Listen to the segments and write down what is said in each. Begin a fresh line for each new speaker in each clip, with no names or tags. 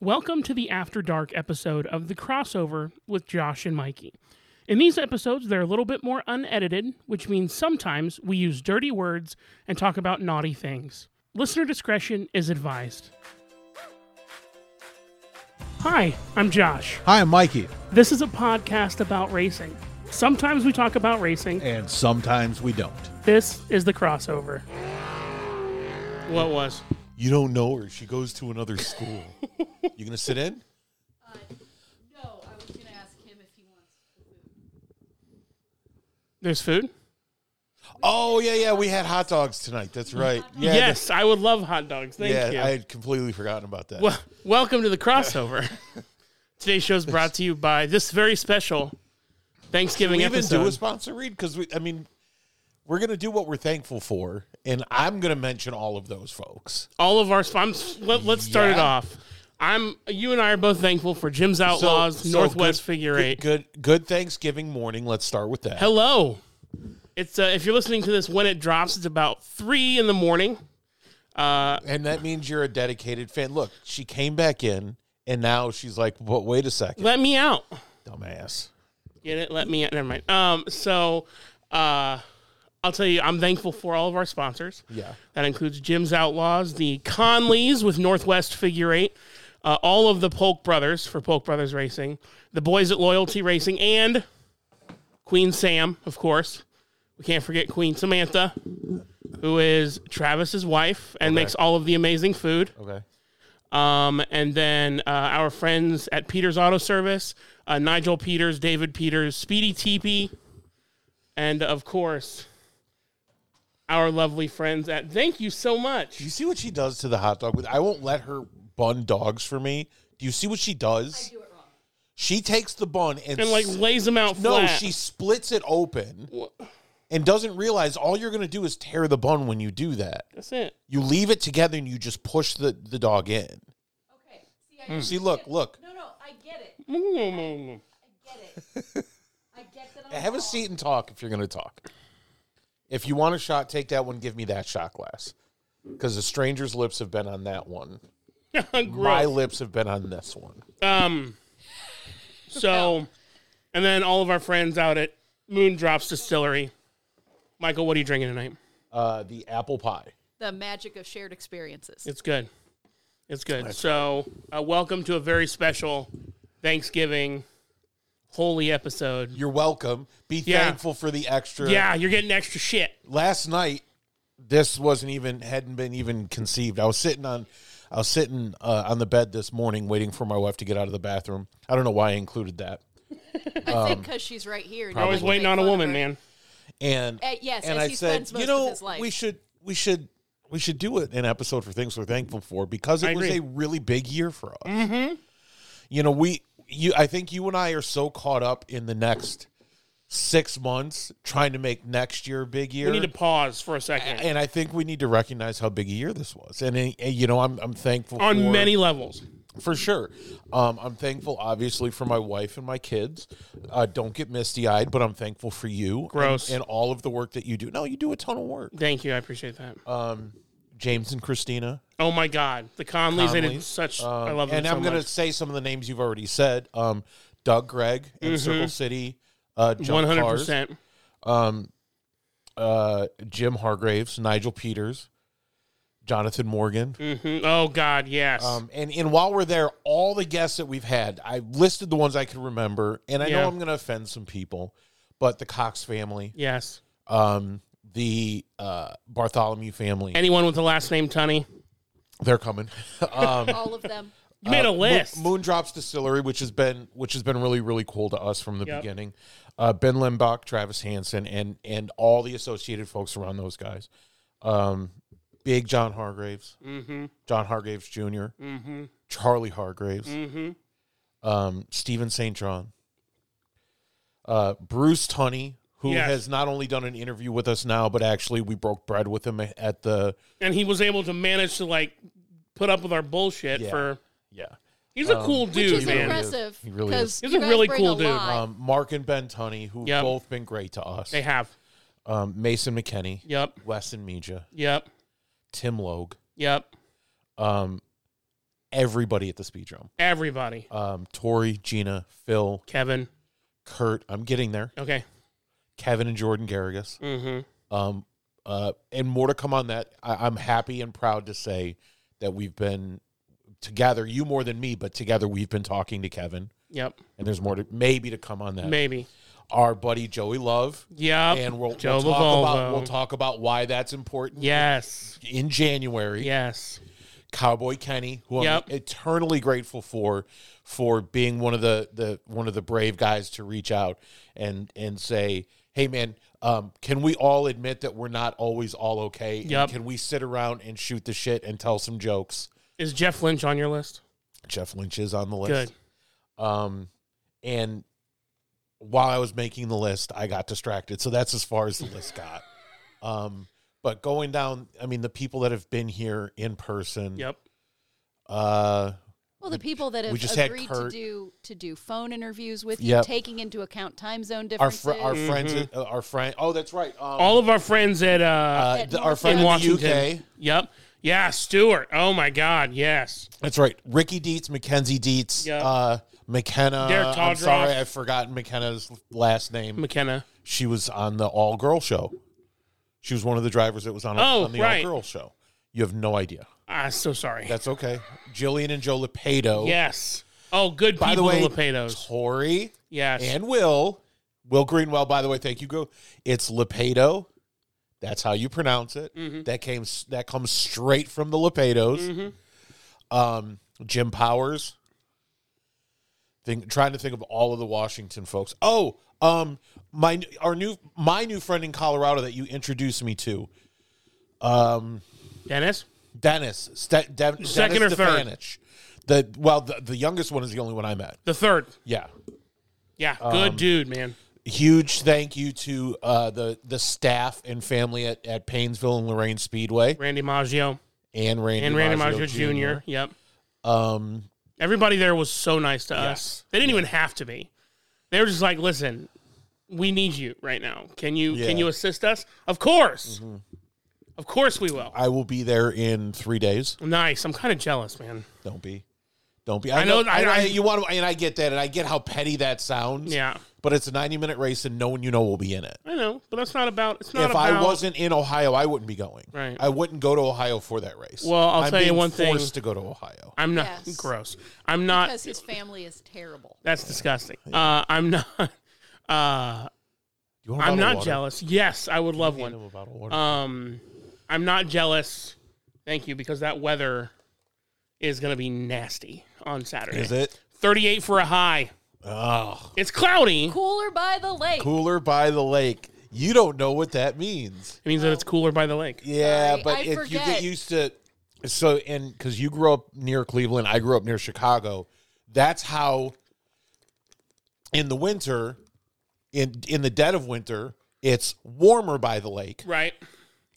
Welcome to the After Dark episode of The Crossover with Josh and Mikey. In these episodes, they're a little bit more unedited, which means sometimes we use dirty words and talk about naughty things. Listener discretion is advised. Hi, I'm Josh.
Hi, I'm Mikey,
This is a podcast about racing. Sometimes we talk about racing.
and sometimes we don't.
This is The Crossover. What was?
You don't know her. She goes to another school. you gonna sit in?
No, I was gonna ask him if he wants.
There's food?
Oh yeah, yeah. We had hot dogs tonight. That's right. Yeah,
yes, I would love hot dogs.
the-
Thank you.
yeah. I had completely forgotten about that.
Well, welcome to the crossover. Today's show is brought to you by this very special
Can
Thanksgiving
we even
episode.
do a sponsor read because we. I mean, we're gonna do what we're thankful for, and I'm gonna mention all of those folks.
All of our sponsors. Let, let's start it
Yeah.
off. I'm. You and I are both thankful for Jim's
So-
Outlaws
so
Northwest
good-
Figure
good-
Eight.
Good, good Thanksgiving morning. Let's start with that.
Hello. It's uh, if you're listening to this when it drops, it's about three in the morning. Uh,
And that means you're a dedicated fan. Look, she came back in, and now she's like, "But wait a second,
let me out.
dumbass."
Get it? Let me out. Never mind. Um. So, uh, I'll tell you, I'm thankful for all of our sponsors.
Yeah.
That includes Jim's Outlaws, the Conleys with Northwest Figure Eight, uh, all of the Polk Brothers for Polk Brothers Racing, the boys at Loyalty Racing, and Queen Sam, of course. We can't forget Queen Samantha, who is Travis's wife and makes all of the amazing food.
Okay.
Um, and then uh, our friends at Peters Auto Service, uh, Nigel Peters, David Peters, Speedy Teepee, and of course, our lovely friends at. Thank you so
Do you
much.
see what she does to the hot dog? With I won't let her bun dogs for me. Do you see what she does?
Do it wrong.
She takes the bun and,
And like
s-
lays them out
no,
flat.
she splits it open
Wha-
and doesn't realize all you're going to do is tear the bun when you do that.
That's it.
You leave it together and you just push the the dog in.
Okay. See, I
See, look, look.
No, no, I get it.
Mm.
I get it. I get that. I'm
Have a
wrong.
seat and talk if you're going to talk. If you want a shot, take that one. Give me that shot glass. Because the stranger's lips have been on that one. My
Gross.
lips have been on this one.
Um. So, and then all of our friends out at Moondrops Distillery. Michael, what are you drinking tonight?
Uh, the apple pie.
The magic of shared experiences.
It's good. It's good. so, uh, welcome to a very special Thanksgiving holy episode.
You're welcome. Be
Yeah.
thankful for the extra.
Yeah, you're getting extra shit.
Last night, this wasn't even hadn't been even conceived. I was sitting on, I was sitting uh, on the bed this morning waiting for my wife to get out of the bathroom. I don't know why I included that.
I
Um,
think because she's right here. and you
Always
can
waiting
make
on a
fun of
woman,
her.
man.
And
Uh, yes,
and
as
I
he
said,
spends most
you
of
know,
his life.
we should we should we should do it an episode for things we're thankful for because
I
it was
agree.
a really big year for us.
Mm-hmm.
You know, we you I think you and I are so caught up in the next six months trying to make next year a big year.
We need to pause for a second
and I think we need to recognize how big a year this was. And, uh, you know, I'm I'm thankful
on
for,
many levels.
for sure. Um, I'm thankful, obviously, for my wife and my kids. Uh, don't get misty eyed, but I'm thankful for you. and-
Gross.
And, all of the work that you do. No, you do a ton of work.
Thank you. I appreciate that.
Uh, James and Christina.
oh my God. The Conleys, they did
Conleys.
such. I
Um,
love them
and
so
I'm gonna
much.
say some of the names you've already said. Um, Doug, Gregg, and Circle City. Uh,
Mm-hmm. One
Jump
hundred
Cars,
percent.
Uh, Jim Hargraves, Nigel Peters, Jonathan Morgan.
Oh God, yes.
Um, and and while we're there, all the guests that we've had, I listed the ones I could remember, and I
Yeah.
know I'm going to offend some people, but the Cox family,
yes.
um, the uh, Bartholomew family,
Anyone with the last name Tunny,
they're coming. um,
All of them.
you made a
Uh, Mo-
list.
Moondrops Distillery, which has been which has been really really cool to us from the
Yep.
beginning. Uh, ben Limbach, Travis Hansen, and and all the associated folks around those guys. Um, Big John Hargraves,
mm-hmm.
John Hargraves junior
Mm-hmm.
Charlie Hargraves,
Mm-hmm.
um, Stephen St. John, uh, Bruce Tunney, who
Yes.
has not only done an interview with us now, but actually we broke bread with him at the
And he was able to manage to like put up with our bullshit
Yeah. Um,
for.
yeah.
He's a cool dude,
Which is
man.
impressive.
impressive.
He really
'cause
He's
you
a
guys
really
bring
cool dude.
lot.
Um, Mark and Ben Tunney, who've
Yep.
both been great to us.
They have.
Um, Mason McKenney,
Yep.
Weston Meja,
Yep.
Tim Logue,
Yep.
um, everybody at the speed drum.
Everybody.
Um, Tori, Gina, Phil,
Kevin.
Kurt. I'm getting there.
Okay.
Kevin and Jordan Garrigus.
Mm-hmm.
Um, uh, and more to come on that. I, I'm happy and proud to say that we've been together. You more than me, but together we've been talking to Kevin.
Yep.
And there's more to maybe to come on that.
Maybe.
Our buddy Joey Love,
Yep.
and we'll, we'll
Joe
talk about
Bivolvo.
we'll talk about why that's important.
yes.
In January,
Yes.
Cowboy Kenny, who
Yep.
I'm eternally grateful for, for being one of the, the one of the brave guys to reach out and and say, "Hey, man, um, can we all admit that we're not always all okay? And
Yep.
Can we sit around and shoot the shit and tell some jokes?"
Is Jeff Lynch on your list?
Jeff Lynch is on the
Good.
list. Um, and while I was making the list, I got distracted. So that's as far as the list got. Um, but going down, I mean, the people that have been here in person.
Yep.
Uh,
Well, the people that have
we just had
agreed to
Kurt.
do to do phone interviews with
Yep.
you, taking into account time zone
our
differences.
fr- our friends, at- uh, our friend. Oh, that's right. Um,
Mm-hmm. All of our friends at uh,
uh, the- our
In
friend in the
Washington.
UK.
Yep. Yeah, Stewart. Oh my God. Yes.
That's right. Ricky Dietz, Mackenzie Dietz,
Yeah.
uh, McKenna.
Derek
I'm
Todroff.
sorry, I've forgotten McKenna's last name.
McKenna.
she was on the all girl show. She was one of the drivers that was on,
Oh,
on the
right.
all girl show. You have no idea.
I'm Ah, so sorry.
That's okay. Jillian and Joe Lepedo.
yes. Oh, good
By the
people,
way,
the Lepedos.
Tori
Yes.
and Will. Will Greenwell, by the way, thank you. Go. It's Lepedo. That's how you pronounce it.
Mm-hmm.
That came s- that comes straight from the Lepedos.
Mm-hmm.
Um, Jim Powers. Think, trying to think of all of the Washington folks. Oh, um, my our new my new friend in Colorado that you introduced me to,
Dennis.
Dennis. St- De-
Second
Dennis
or third?
Stefanich. The well, the, the youngest one is the only one I met.
The third.
Yeah,
Yeah.
Um,
Good dude, man.
huge thank you to uh, the the staff and family at, at Paynesville and Lorraine Speedway
Randy Maggio
and Randy
and Randy
Maggio
Maggio Jr. Yep.
Um,
Everybody there was so nice to us.
Yes.
They didn't even have to be. They were just like, "Listen, we need you right now. Can you can
Yeah. Mm-hmm.
you assist us? Of course, of course we will."
I will be there in three days.
Nice. I'm kind of jealous, man.
Don't be, don't be. I,
know-
know,
I-
and I-
I-
you want, to, and I get that, and I get how petty that sounds.
Yeah,
but it's a ninety minute race, and no one you know will be in it.
I know, but that's not about. It's not
if
about.
I wasn't in Ohio, I wouldn't be going.
Right.
I wouldn't go to Ohio for that race.
Well, I'll
I'm
tell you
being
one thing.
forced to go to Ohio.
I'm not
Yes.
gross. I'm not.
because his family is terrible.
that's disgusting. Uh, I'm not. Uh,
You want a
I'm
bottle of
not
water?
jealous. Yes, I would love
Hand
one.
him a bottle of water.
Um, I'm not jealous. Thank you, because that weather is going to be nasty on Saturday.
Is it?
38 for a high.
Oh,
It's cloudy.
Cooler by the lake.
cooler by the lake. You don't know what that means.
It means that it's cooler by the lake.
Yeah,
Sorry,
but
I
if you get
forget.
used to so and because you grew up near Cleveland, I grew up near Chicago. That's how in the winter, in in the dead of winter, it's warmer by the lake,
Right.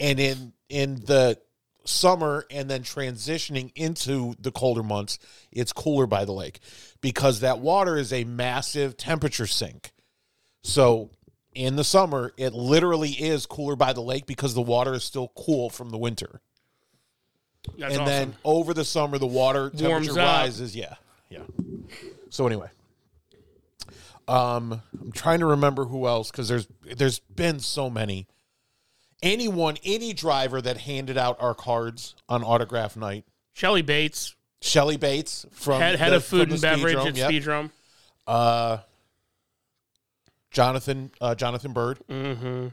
and in in the summer and then transitioning into the colder months, it's cooler by the lake because that water is a massive temperature sink. So in the summer, it literally is cooler by the lake because the water is still cool from the winter.
That's
and
awesome.
then over the summer, the water temperature
up.
rises. Yeah. Yeah. So anyway, um, I'm trying to remember who else because there's there's been so many. Anyone, any driver that handed out our cards on autograph night,
Shelly Bates,
Shelly Bates from
head, head
Um, the-
of food
from
and
the Speed
beverage
Dome,
at
yep.
Speed Drum.
uh, Jonathan uh, Jonathan Bird
Mm-hmm.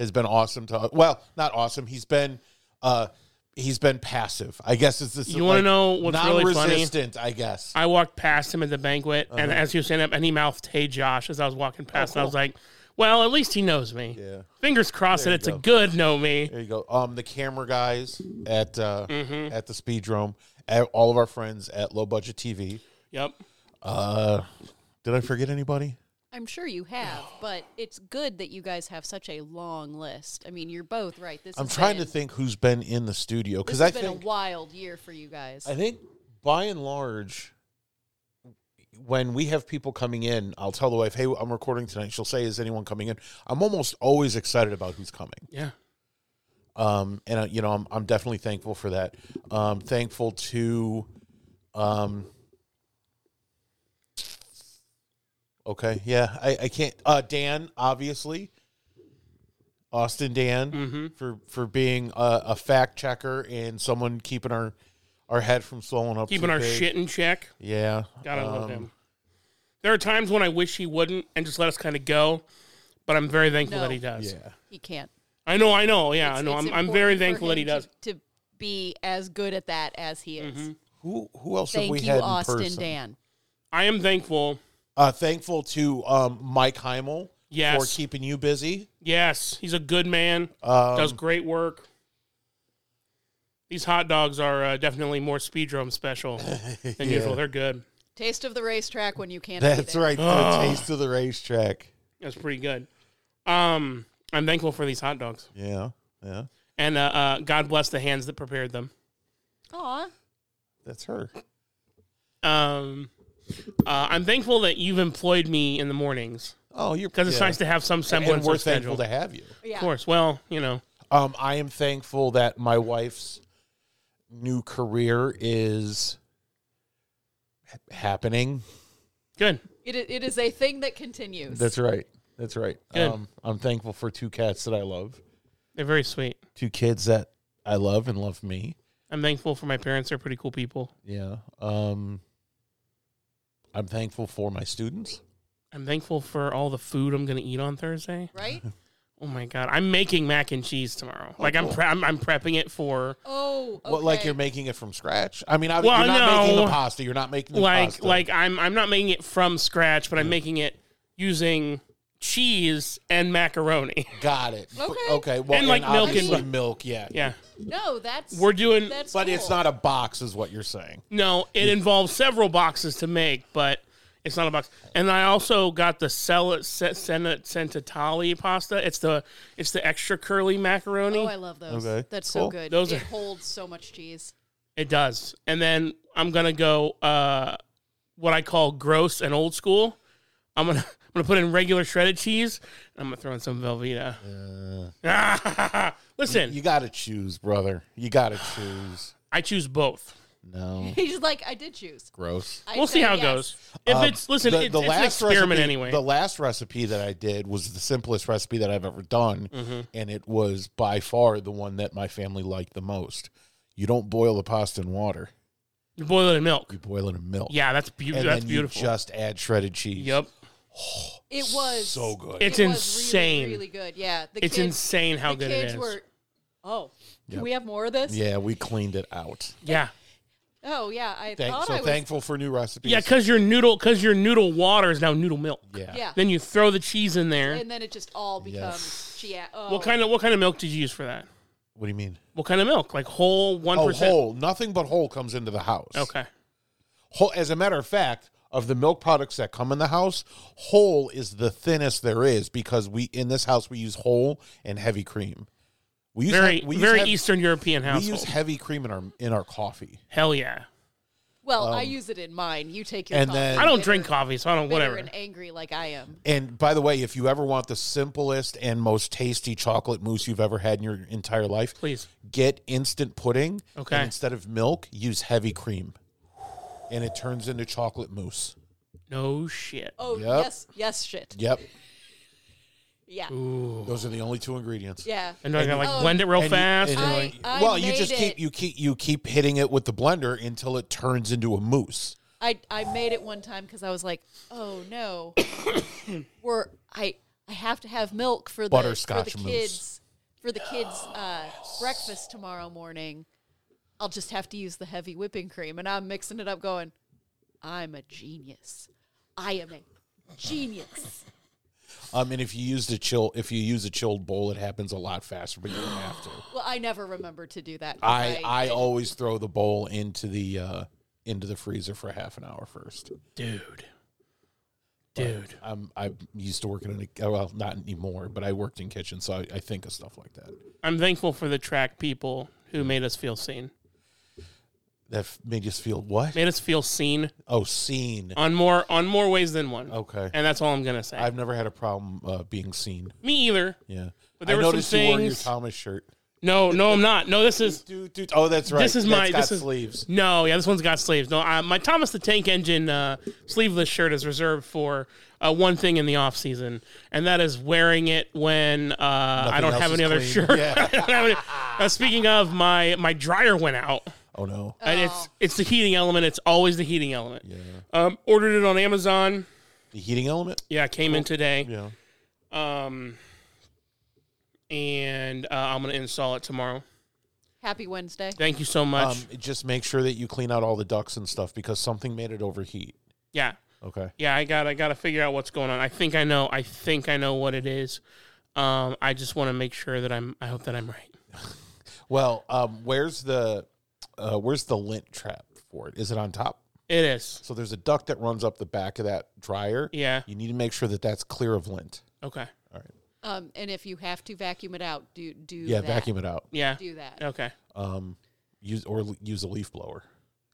has been awesome to well, not awesome. He's been uh, he's been passive. I guess it's this.
You wanna know what's really funny?
non-resistant, I guess.
I walked past him at the banquet, and
Uh-huh.
as he was standing up, and he mouthed, Hey, Josh, as I was walking past, and I was like, Well, at least he knows me.
Yeah.
Fingers crossed
There
that
you
it's a
go.
good know me.
There you go. Um, the camera guys at uh,
Mm-hmm.
at the Speedrome, at all of our friends at Low Budget TV.
Yep.
Uh, did I forget anybody?
I'm sure you have, but it's good that you guys have such a long list. I mean, you're both right. This
I'm
has
trying to
been-
think who's been in the studio
This
because I
has been a
think
wild year for you guys.
I think by and large, when we have people coming in, I'll tell the wife, "Hey, I'm recording tonight." She'll say, "Is anyone coming in?" I'm almost always excited about who's coming,
Yeah.
um, and uh, you know, I'm I'm definitely thankful for that. Um, thankful to Um. Okay, yeah, I, I can't. Uh, Dan, obviously, Austin Dan
Mm-hmm.
for for being a, a fact checker and someone keeping our our head from swelling up.
keeping
too
our
big.
shit in check.
Yeah,
God, I love
um,
him. There are times when I wish he wouldn't and just let us kind of go, but I'm very thankful
No.
that he does.
Yeah,
He can't.
I know, I know. Yeah, I
It's-
know.
it's
I'm, I'm
important
very
for
thankful that he
him to-
does. Mm-hmm.
To be as good at that as he is.
who who else have
Thank
we
you,
had in
Austin
person?
Dan.
I am thankful.
Uh, thankful to um, Mike Heimel
Yes.
for keeping you busy.
Yes, he's a good man.
Um,
does great work. These hot dogs are uh, definitely more speedrome special than usual. They're good.
Taste of the racetrack when you can't. be
That's
there.
right. The taste of the racetrack.
That's pretty good. Um, I'm thankful for these hot dogs,
Yeah, yeah.
and uh, uh, God bless the hands that prepared them.
Aw,
That's her.
Um, uh, I'm thankful that you've employed me in the mornings
Oh, you're
because it's
yeah.
nice to have some
And
semblance
we're
of schedule.
thankful to have you.
yeah.
Of course. Well, you know,
Um, I am thankful that my wife's new career is ha- happening.
good.
It, i- it is a thing that continues.
That's right. That's right.
Good.
Um, I'm thankful for two cats that I love,
They're very sweet.
two kids that I love and love me.
I'm thankful for my parents. They're pretty cool people.
Yeah. Um, I'm thankful for my students.
I'm thankful for all the food I'm going to eat on Thursday.
right.
Oh my god, I'm making mac and cheese tomorrow.
Oh,
like I'm, pre- I'm I'm prepping it for
Oh, okay.
What, like you're making it from scratch? I mean, I,
Well,
you're not making the
no.
pasta. You're not making the
like
pasta.
like I'm I'm not making it from scratch, but I'm making it using cheese and macaroni.
Got it. B-
Okay.
Okay. Well,
And, like, milk and-
obviously milk. Yeah.
Yeah.
no, that's
We're doing
that's.
But it's
cool.
not a box, is what you're saying.
no, it involves several boxes to make, but it's not a box. And I also got the sell se- sena- sentitali pasta. It's the it's the extra curly macaroni.
Oh, I love those.
Okay,
That's
cool.
so good.
Those
it
are-
holds so much cheese.
It does. And then I'm gonna go uh, what I call gross and old school. I'm gonna I'm gonna put in regular shredded cheese. And I'm gonna throw in some Velveeta. Listen,
Uh. You got to choose, brother. You got to choose.
I choose both.
No.
He's like, I did choose.
Gross.
I
We'll see
said
how it
yes.
goes.
Uh,
If it's listen, it's, it's an experiment
recipe,
anyway.
The last recipe that I did was the simplest recipe that I've ever done,
Mm-hmm.
and it was by far the one that my family liked the most. You don't boil the pasta in water;
you boil it in milk.
you boil it in milk.
Yeah, that's beautiful.
and
That's
then
beautiful.
you just add shredded cheese.
yep,
It was
so good.
It's
it was
insane.
Really, really good. Yeah. The
it's
kids,
insane how
the
good it
kids
is.
Were, oh,
Yep.
can we have more of this?
yeah, we cleaned it out.
yeah,
Oh yeah, I
Thank,
thought
so
I was.
thankful for new recipes.
yeah, because your noodle, because your noodle water is now noodle milk.
yeah,
Yeah.
Then you throw the cheese in there.
and then it just all becomes. Yeah. Oh.
What kind of what kind of milk did you use for that?
What do you mean?
What kind of milk? Like whole one
Oh, whole. Nothing but whole comes into the house.
Okay.
Whole, as a matter of fact, of the milk products that come in the house, whole is the thinnest there is because we in this house we use whole and heavy cream. We use
Very
hev- we use
very
hev-
Eastern European
We
household.
use heavy cream in our in our coffee.
Hell yeah.
Well, I use it in mine. You take your.
Um, and
coffee.
then-
I don't
Bitter-
drink coffee, so I don't
bitter
whatever.
And angry like I am.
And by the way, if you ever want the simplest and most tasty chocolate mousse you've ever had in your entire life,
Please.
get instant pudding.
Okay.
And instead of milk, use heavy cream. And it turns into chocolate mousse.
No shit.
Oh
Yep.
yes, yes, shit.
Yep.
Yeah.
Those are the only two ingredients.
Yeah.
And do I gotta like
Oh,
blend it real
and you-
fast?
and
or,
I-
like,
I
well, you
made
just keep
it.
you keep you keep hitting it with the blender until it turns into a mousse.
I I made it one time because I was like, oh no, we're I I have to have milk for the
Butterscotch
for the
mousse.
kids for the kids uh, breakfast tomorrow morning. I'll just have to use the heavy whipping cream, and I'm mixing it up, going, I'm a genius. I am a genius.
Um, and if you use the chill, if you use a chilled bowl, it happens a lot faster, but you don't have to.
Well, I never remember to do that. 'cause
I I always throw the bowl into the uh, into the freezer for half an hour first.
dude. Dude.
Um, I used to work in a well, not anymore, but I worked in kitchen, so I, I think of stuff like that.
I'm thankful for the track people who made us feel seen.
That f- made us feel what?
Made us feel seen
Oh, seen.
on more on more ways than one.
Okay,
Um, And that's all I'm gonna say.
I've never had a problem uh, being seen.
Me either.
Yeah,
there
I
were some
noticed you wearing your
things-
Thomas shirt.
No, no, I'm not. No, this is
Dude, dude, oh, that's right.
This is
That's
my-
got
this is-
sleeves.
no. Yeah, this one's got sleeves. No, uh, my Thomas the Tank Engine uh, sleeveless shirt is reserved for uh, one thing in the off season, and that is wearing it when uh, I don't
else
have
is
any other
clean.
shirt. I don't have any- uh, speaking of, my my dryer went out.
Oh no.
And it's it's the heating element. It's always the heating element. Yeah. Um, ordered it on Amazon.
The heating element.
Yeah, it came in today.
Yeah.
Um, and uh, I'm gonna install it tomorrow.
Happy Wednesday.
Thank you so
Um,
much.
just make sure that you clean out all the ducts and stuff because something made it overheat.
yeah,
Okay.
yeah. I got I got to figure out what's going on. I think I know. I think I know what it is. Um, I just want to make sure that I'm. I hope that I'm right.
Well, um, where's the uh, where's the lint trap for it? Is it on top?
It is.
So there's a duct that runs up the back of that dryer.
Yeah.
You need to make sure that that's clear of lint.
Okay.
Um, and if you have to vacuum it out, do do
Yeah,
that.
vacuum it out.
Yeah.
Do that.
Okay.
Um, use or l- use a leaf blower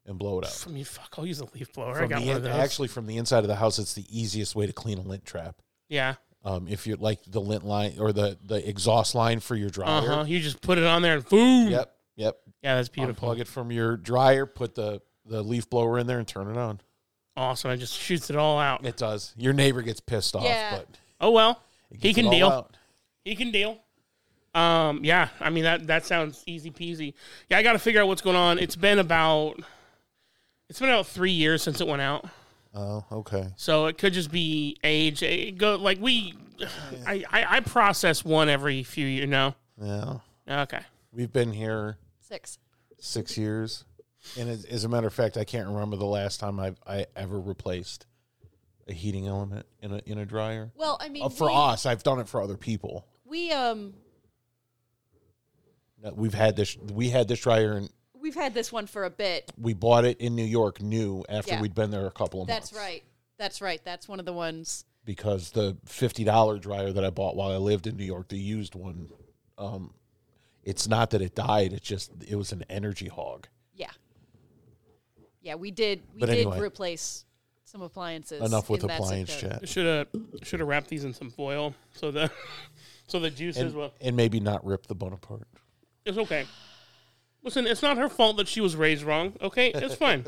and blow it out.
I mean, fuck. I'll use a leaf blower. I
From
got
the
one
in-
of those.
actually, from the inside of the house, it's the easiest way to clean a lint trap.
yeah.
Um, if you like the lint line or the the exhaust line for your
Uh
dryer.
huh. You just put it on there and boom.
Yep, yep.
Yeah, that's beautiful.
Unplug it from your dryer. Put the the leaf blower in there and turn it on.
Awesome. It just shoots it all out.
It does. Your neighbor gets pissed off,
Yeah.
but
Oh well.
it
He
gets
can
it all
deal.
out.
He can deal. Um, yeah, I mean that that sounds easy peasy. Yeah, I got to figure out what's going on. It's been about it's been about three years since it went out,
Oh, okay.
so it could just be age. It go like we, I, I I process one every few years. No,
Yeah,
okay,
we've been here
Six.
six years, and as, as a matter of fact, I can't remember the last time I I ever replaced a heating element in a in a dryer.
Well, I mean,
Uh, for
we,
us, I've done it for other people.
we um
That Uh, We've had this. We had this dryer, and
we've had this one for a bit.
we bought it in New York, new after
Yeah.
we'd been there a couple of months.
That's right. That's right. That's one of the ones.
because the fifty dollar dryer that I bought while I lived in New York, the used one, um, it's not that it died; it's just it was an energy hog.
Yeah. Yeah, we did. We
But
did
anyway.
replace some appliances.
Enough with
in that zip
appliance
code.
chat,
should have should have wrapped these in some foil so the so the juices
and,
will.
and maybe not rip the bun apart.
It's okay. Listen, it's not her fault that she was raised wrong. Okay, it's fine.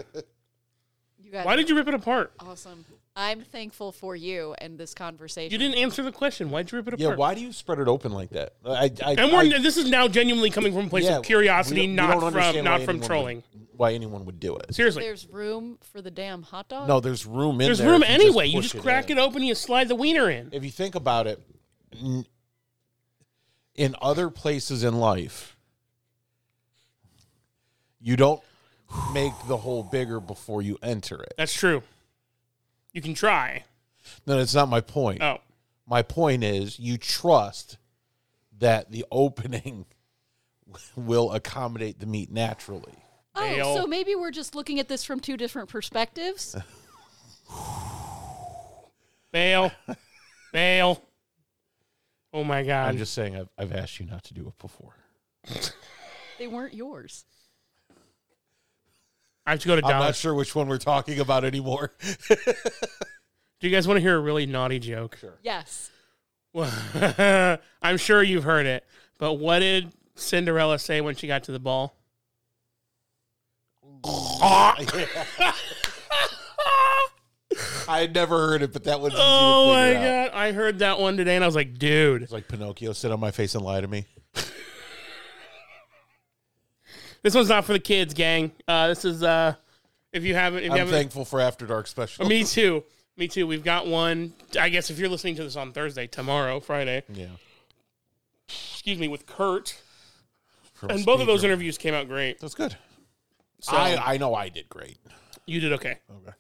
You got
Why did you rip it apart?
awesome. I'm thankful for you and this conversation.
You didn't answer the question. Why'd you rip it apart?
Yeah, why do you spread it open like that? I, I,
And we're,
I-
this is now genuinely coming from a place
yeah,
of curiosity,
we don't- we
not
don't
from
understand
not
why
from
anyone would-
trolling.
why anyone would do it?
Seriously,
There's room for the damn hot dog.
No, there's room in
there's
there
room
if
anyway. you
push
just crack
in.
it open, you slide the wiener in.
if you think about it, n- in other places in life, you don't make the hole bigger before you enter it.
That's true. You can try.
No, that's not my point.
Oh,
My point is you trust that the opening will accommodate the meat naturally.
oh,
Dale.
so maybe we're just looking at this from two different perspectives.
bail, bail. Oh my
I'm
god.
just saying I've, I've asked you not to do it before.
they weren't yours.
I have to go to
I'm
Dollar.
not sure which one we're talking about anymore.
Do you guys want to hear a really naughty joke? Sure.
Yes.
I'm sure you've heard it, but what did Cinderella say when she got to the ball?
I had never heard it, but that was
Oh my god! I heard that one today, and I was like, dude.
It's like Pinocchio sit on my face and lie to me.
This one's not for the kids, gang. Uh, this is uh, if you haven't, if you
I'm
haven't, Uh,
thankful for After Dark special.
me too, me too. We've got one. I guess if you're listening to this on Thursday, tomorrow, Friday,
yeah.
excuse me, with Kurt,
From
and both of those
Speaker.
interviews came out great.
That's good.
So
I, I know I did great.
you did okay.
Okay.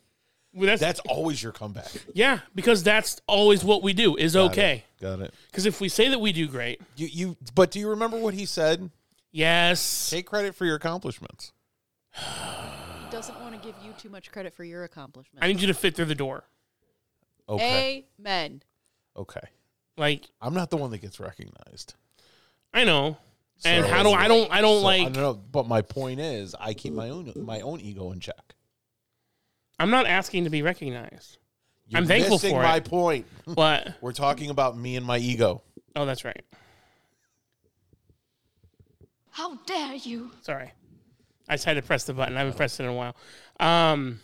Well, that's,
That's always your comeback.
yeah, because that's always what we do is okay.
Got it.
Because if we say that we do great,
You you but do you remember what he said?
yes,
Take credit for your accomplishments.
He doesn't want to give you too much credit for your accomplishment.
I need you to fit through the door.
Okay.
Amen.
Okay.
Like
I'm not the one that gets recognized.
I know, and
So-
how do I don't I don't
So, I
like
don't know, but my point is I keep my own my own ego in check.
I'm not asking to be recognized,
You're
I'm thankful
missing
for
my
it.
point.
but
We're talking about me and my ego.
oh, that's right.
How dare you?
Sorry. I just had to press the button. I haven't pressed it in a while. Um,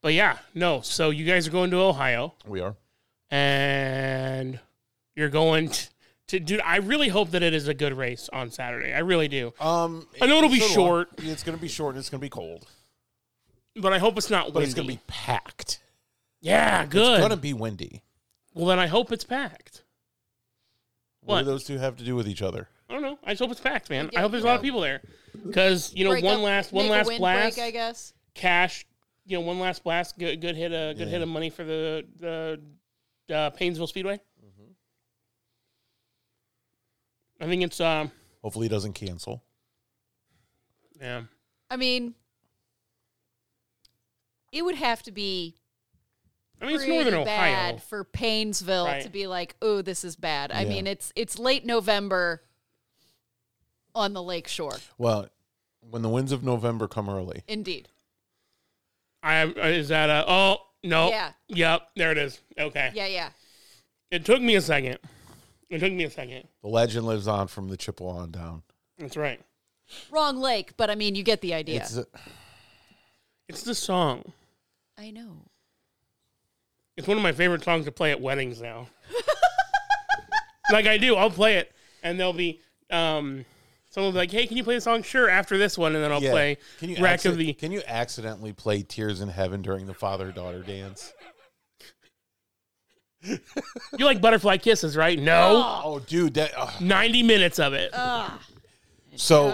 but yeah, no. So you guys are going to Ohio
We are.
and you're going t- to, dude, I really hope that it is a good race on Saturday. I really do.
Um,
I know it'll be
so do I.
short.
It's going to be short and it's going to be cold,
But I hope it's not
but
windy.
it's going to be packed.
yeah, good.
It's going to be windy.
well, then I hope it's packed.
What?
What?
do those two have to do with each other?
I don't know. I just hope it's packed, man. I
Yeah.
hope there's a lot of people there. Because, you know,
Break
one
up,
last one
make a
last
windbreak,
blast,
I guess.
cash, you know, one last blast, good, good hit of good hit of money for the the uh, Painesville Speedway.
Mm-hmm.
I think it's um
Hopefully, it doesn't cancel.
yeah.
I mean, it would have to be
I mean it's
pretty
northern Ohio.
bad for Painesville
Right.
to be like, "Oh, this is bad." I
Yeah.
mean, it's it's late November on the lake shore.
Well, when the winds of November come early,
Indeed.
I is that a oh no.
Yeah.
Yep, there it is. Okay.
Yeah, yeah.
It took me a second. It took me a second.
the legend lives on from the Chippewa on down.
That's right.
Wrong lake, but I mean, you get the idea.
It's a-
It's the song.
I know.
It's one of my favorite songs to play at weddings now. like I do, I'll play it, and they'll be um, someone will be like, "Hey, can you play the song?" Sure, after this one, and then I'll
yeah.
play
Can you
"Rack of
acci-
the."
Can you accidentally play Tears in Heaven during the father daughter dance?
You like butterfly kisses, right? No,
Oh, dude, that. ugh.
ninety minutes of it.
So,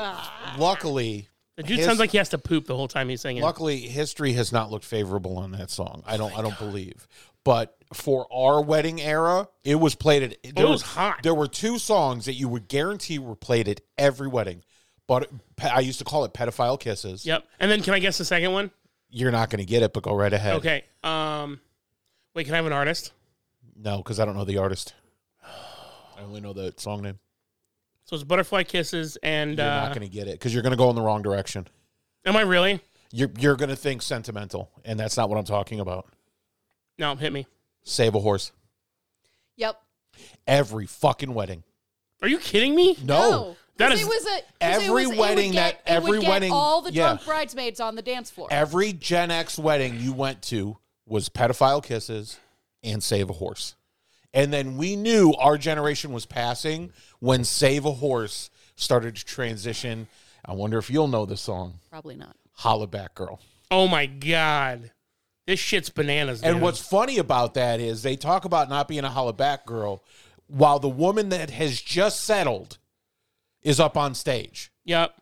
luckily,
the dude
his-
sounds like he has to poop the whole time he's singing.
Luckily, history has not looked favorable on that song.
Oh
I don't. I don't believe. But for our wedding era, it was played at. There
was hot.
There were two songs that you would guarantee were played at every wedding. But pe- I used to call it pedophile kisses.
Yep. And then can I guess the second one?
You're not going to get it, but go right ahead.
Okay. Um, wait, can I have an artist?
No, because I don't know the artist. I only know the song name.
So it's butterfly kisses, and
You're
uh,
not going to get it because you're going to go in the wrong direction.
am I really?
You're you're going to think sentimental, and that's not what I'm talking about.
No, hit me.
Save a horse.
Yep.
Every fucking wedding.
Are you kidding me?
no.
No.
That
Oh, 'Cause
is-
it was a 'cause
Oh, every
it was, it would
wedding
get-
that-
it would
every
get
wedding-
all the
yeah.
drunk bridesmaids on the dance floor.
every Gen X wedding you went to was pedophile kisses and save a horse. And then we knew our generation was passing when Save a Horse started to transition. I wonder if you'll know the song,
Probably not.
Holla Back Girl.
Oh my god, this shit's bananas.
And
dude.
what's funny about that is they talk about not being a Holla Back Girl while the woman that has just settled is up on stage.
Yep.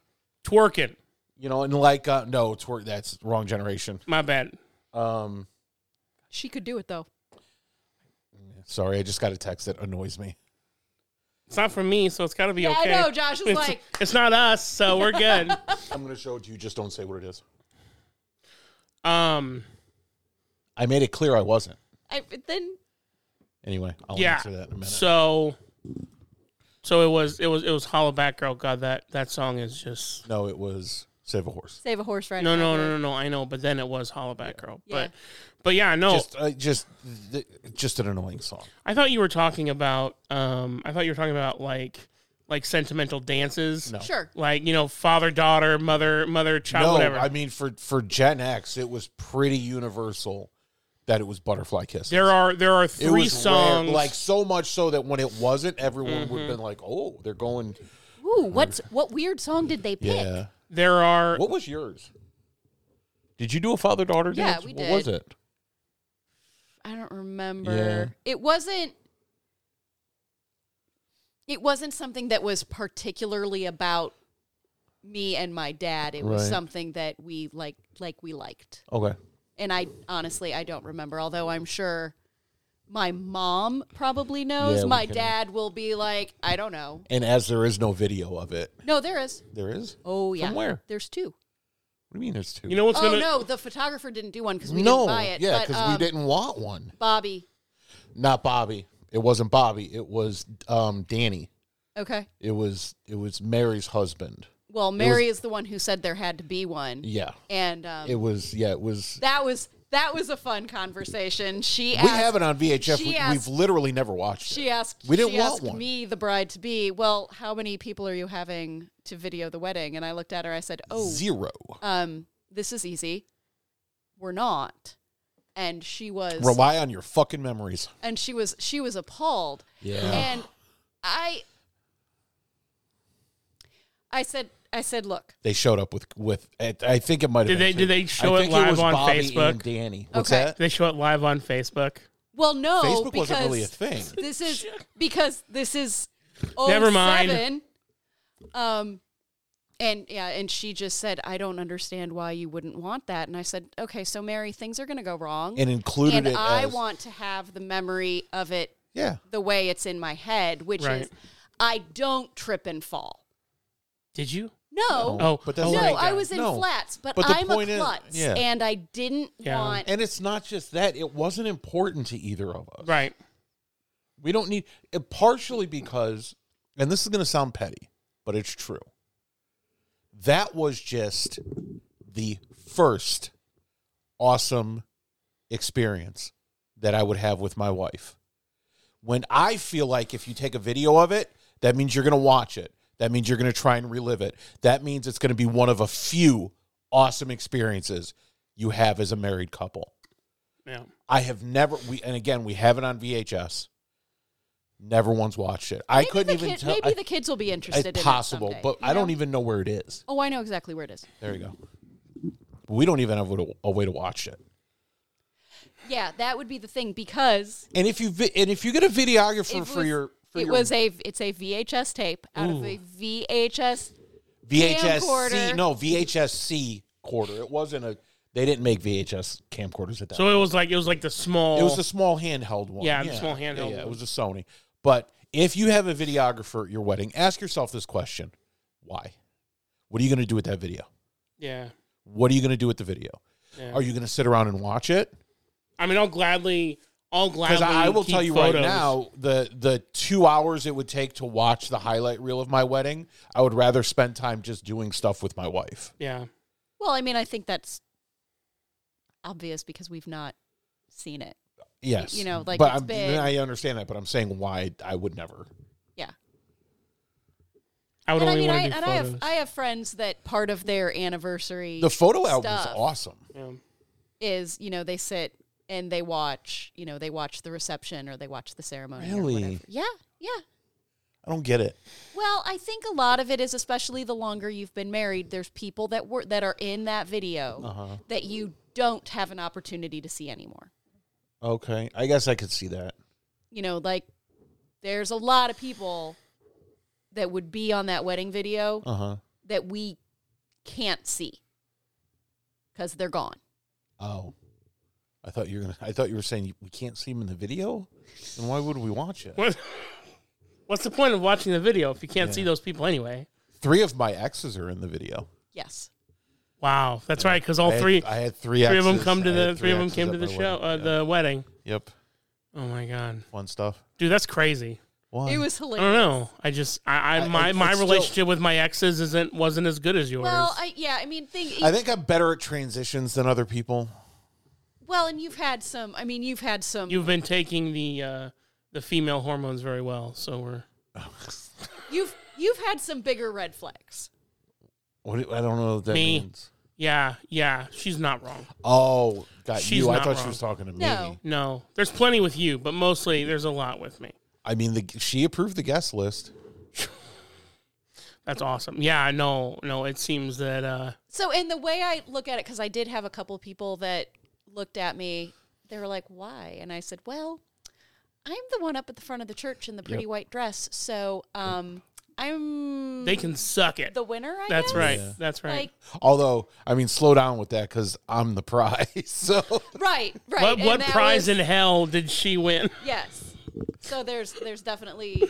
Twerking.
You know, and like, uh, no, it's, wor- that's wrong generation.
My bad.
Um,
She could do it though.
sorry, I just got a text that annoys me.
It's not from me, so it's got to be
Yeah,
okay.
I know. Josh was
It's,
like,
it's not us, so we're good.
I'm going to show it to you. Just don't say what it is.
um,
I made it clear I wasn't.
I, but then
Anyway, I'll
yeah.
answer that in a minute.
So, so it was, it was, it was Hollow Back Girl. God, that that song is just
no, it was Save a Horse.
save a horse ride.
no, no, no, no, no. I know, but then it was Hollow Back Girl.
Yeah.
But, but yeah, no.
Just, uh, just, th- just an annoying song.
I thought you were talking about. Um, I thought you were talking about like, like sentimental dances.
No.
Sure.
Like you know, father daughter, mother mother child,
no,
whatever.
I mean for for Gen X, it was pretty universal that it was Butterfly Kiss.
there are there are
it
three
was
songs. Mm-hmm.
rare, like so much so that when it wasn't, everyone would have been like, "Oh, they're going."
Ooh, what's what weird song did they pick?
Yeah.
there are
What was yours? Did you do a father daughter
Yeah,
dance?
we
what was
did.
it?
I don't remember. It wasn't. It wasn't something that was particularly about me and my dad. It was
Right.
something that we like, like we liked.
Okay.
And I honestly, I don't remember. Although I'm sure my mom probably knows.
Yeah, we
my
can-
dad will be like, I don't know.
And as there is no video of it,
No, there is.
there is.
Oh yeah,
Somewhere.
there's two.
What do you mean? There's two?
you know what's
oh
gonna
no, the photographer didn't do one because we
no,
didn't buy it.
yeah,
but,
because we
um,
didn't want one.
Bobby.
Not Bobby. It wasn't Bobby. It was um, Danny.
Okay.
It was it was Mary's husband.
Well, Mary is the one who said there had to be one,
Yeah,
and um,
it was. Yeah, it was.
that was That was a fun conversation. She
we
asked,
have it on VHF.
she
We,
asked-
we've literally never watched it.
She asked.
We didn't
she
want
asked
one.
me, the bride to be. Well, how many people are you having to video the wedding? And I looked at her. I said, Oh,
Zero.
um, this is easy. We're not. And she was.
Rely on your fucking memories.
and she was. She was appalled.
Yeah.
And I. I said. I said, look.
They showed up with with. I I think it might
Did
have.
they-
been
did
two.
they show
I
it
think
live
was
on
Bobby
Facebook?
And Danny. What's
Okay.
that?
They show it live on Facebook.
Well, no,
Facebook
because
wasn't really a thing.
this is because this is
Never mind.
07. Um, and yeah, and she just said, "I don't understand why you wouldn't want that." And I said, "Okay, so Mary, things are going to go wrong,
And included
and
it.
I
as-
want to have the memory of it
Yeah.
the way it's in my head, which
Right.
is I don't trip and fall.
Did you?
No,
Oh,
but that's
oh
no,
my
I
God.
was in
No.
flats, but,
But the
I'm a
point is-
klutz,
yeah.
and I didn't
Yeah.
want
And it's not just that. It wasn't important to either of us.
Right.
We don't need it partially because and this is going to sound petty, but it's true. That was just the first awesome experience that I would have with my wife. When I feel like if you take a video of it, that means you're going to watch it. That means you're going to try and relive it. That means it's going to be one of a few awesome experiences you have as a married couple.
Yeah.
I have never we and again we have it on VHS. Never once watched it. I
Maybe
couldn't
the
even
kid-
tell.
Maybe
I-
the kids will be interested.
it's
in
possible,
it someday,
but
you
I don't
know?
even know where it is.
Oh, I know exactly where it is.
There you go. We don't even have a, a way to watch it.
Yeah, that would be the thing because
And if you vi- and if you get a videographer
it
for
was-
your for
it
your
was a it's a VHS tape out of a VHS.
VHS
camcorder.
no VHS C quarter. It wasn't a. They didn't make VHS camcorders at that.
So it was like it was like the small.
It was a small handheld one.
Yeah, the small handheld
Yeah, it
one.
was a Sony. But if you have a videographer at your wedding, ask yourself this question: Why? What are you going to do with that video?
yeah.
What are you going to do with the video?
Yeah.
Are you going to sit around and watch it?
I mean, I'll gladly. I'll
Because
gladly.
I, I will
keep
tell you right
photos.
now, the the two hours it would take to watch the highlight reel of my wedding, I would rather spend time just doing stuff with my wife.
Yeah.
Well, I mean, I think that's obvious because we've not seen it.
Yes,
You know, like,
but
it's
I'm,
big.
I understand that. But I'm saying why I would never.
Yeah,
I would
and I
only
mean, I
want to do
and I
photos.
have I have friends that part of their anniversary
The photo album is
Stuff.
awesome.
Yeah.
is you know they sit and they watch you know they watch the reception or they watch the ceremony. or
Really?
whatever. Yeah. Yeah.
I don't get it.
Well, I think a lot of it is, especially the longer you've been married, there's people that were that are in that video
Uh-huh.
Uh-huh.
that you don't have an opportunity to see anymore.
Okay, I guess I could see that.
You know, like there's a lot of people that would be on that wedding video
Uh huh.
that we can't see because they're gone.
Oh, I thought you were gonna. I thought you were saying you- we can't see him in the video. Then why would we watch it?
What? What's the point of watching the video if you can't see those people anyway?
Three of my exes are in the video.
Yes.
Wow, that's right. Because all
I had-
Oh, three,
I had three.
three of
exes.
them come to
I had
the, three of them
exes
came
at
to the
my
show, uh,
wedding. Yeah.
the wedding.
Yep,
Oh my god,
fun stuff.
dude, that's crazy.
Why?
It was
I
hilarious.
don't know. I just, I, I
I-
my
it's-
my
it's still-
relationship with my exes isn't wasn't as good as yours.
Well, I yeah, I mean, thing.
I think I'm better at transitions than other people.
well, and you've had some. I mean, you've had some.
You've been taking the uh, the female hormones very well, so we're
you've you've had some bigger red flags.
What do- I don't know what that
Me.
means.
yeah, yeah. She's not wrong.
Oh, got
She's
you. I
not
thought
wrong.
she was talking to me.
No.
No, there's plenty with you, but mostly there's a lot with me.
I mean, the, she approved the guest list.
That's awesome. Yeah, no, no. It seems that uh,
So, and the way I look at it, because I did have a couple people that looked at me, they were like, why? And I said, well, I'm the one up at the front of the church in the pretty white dress. So, um, I'm
they can suck it.
the winner, I
That's
guess?
right. That's right.
Like,
Although, I mean, slow down with that because I'm the prize. So
right, right.
What,
And
what
that
prize in
was-
hell did she win?
Yes. So there's, there's definitely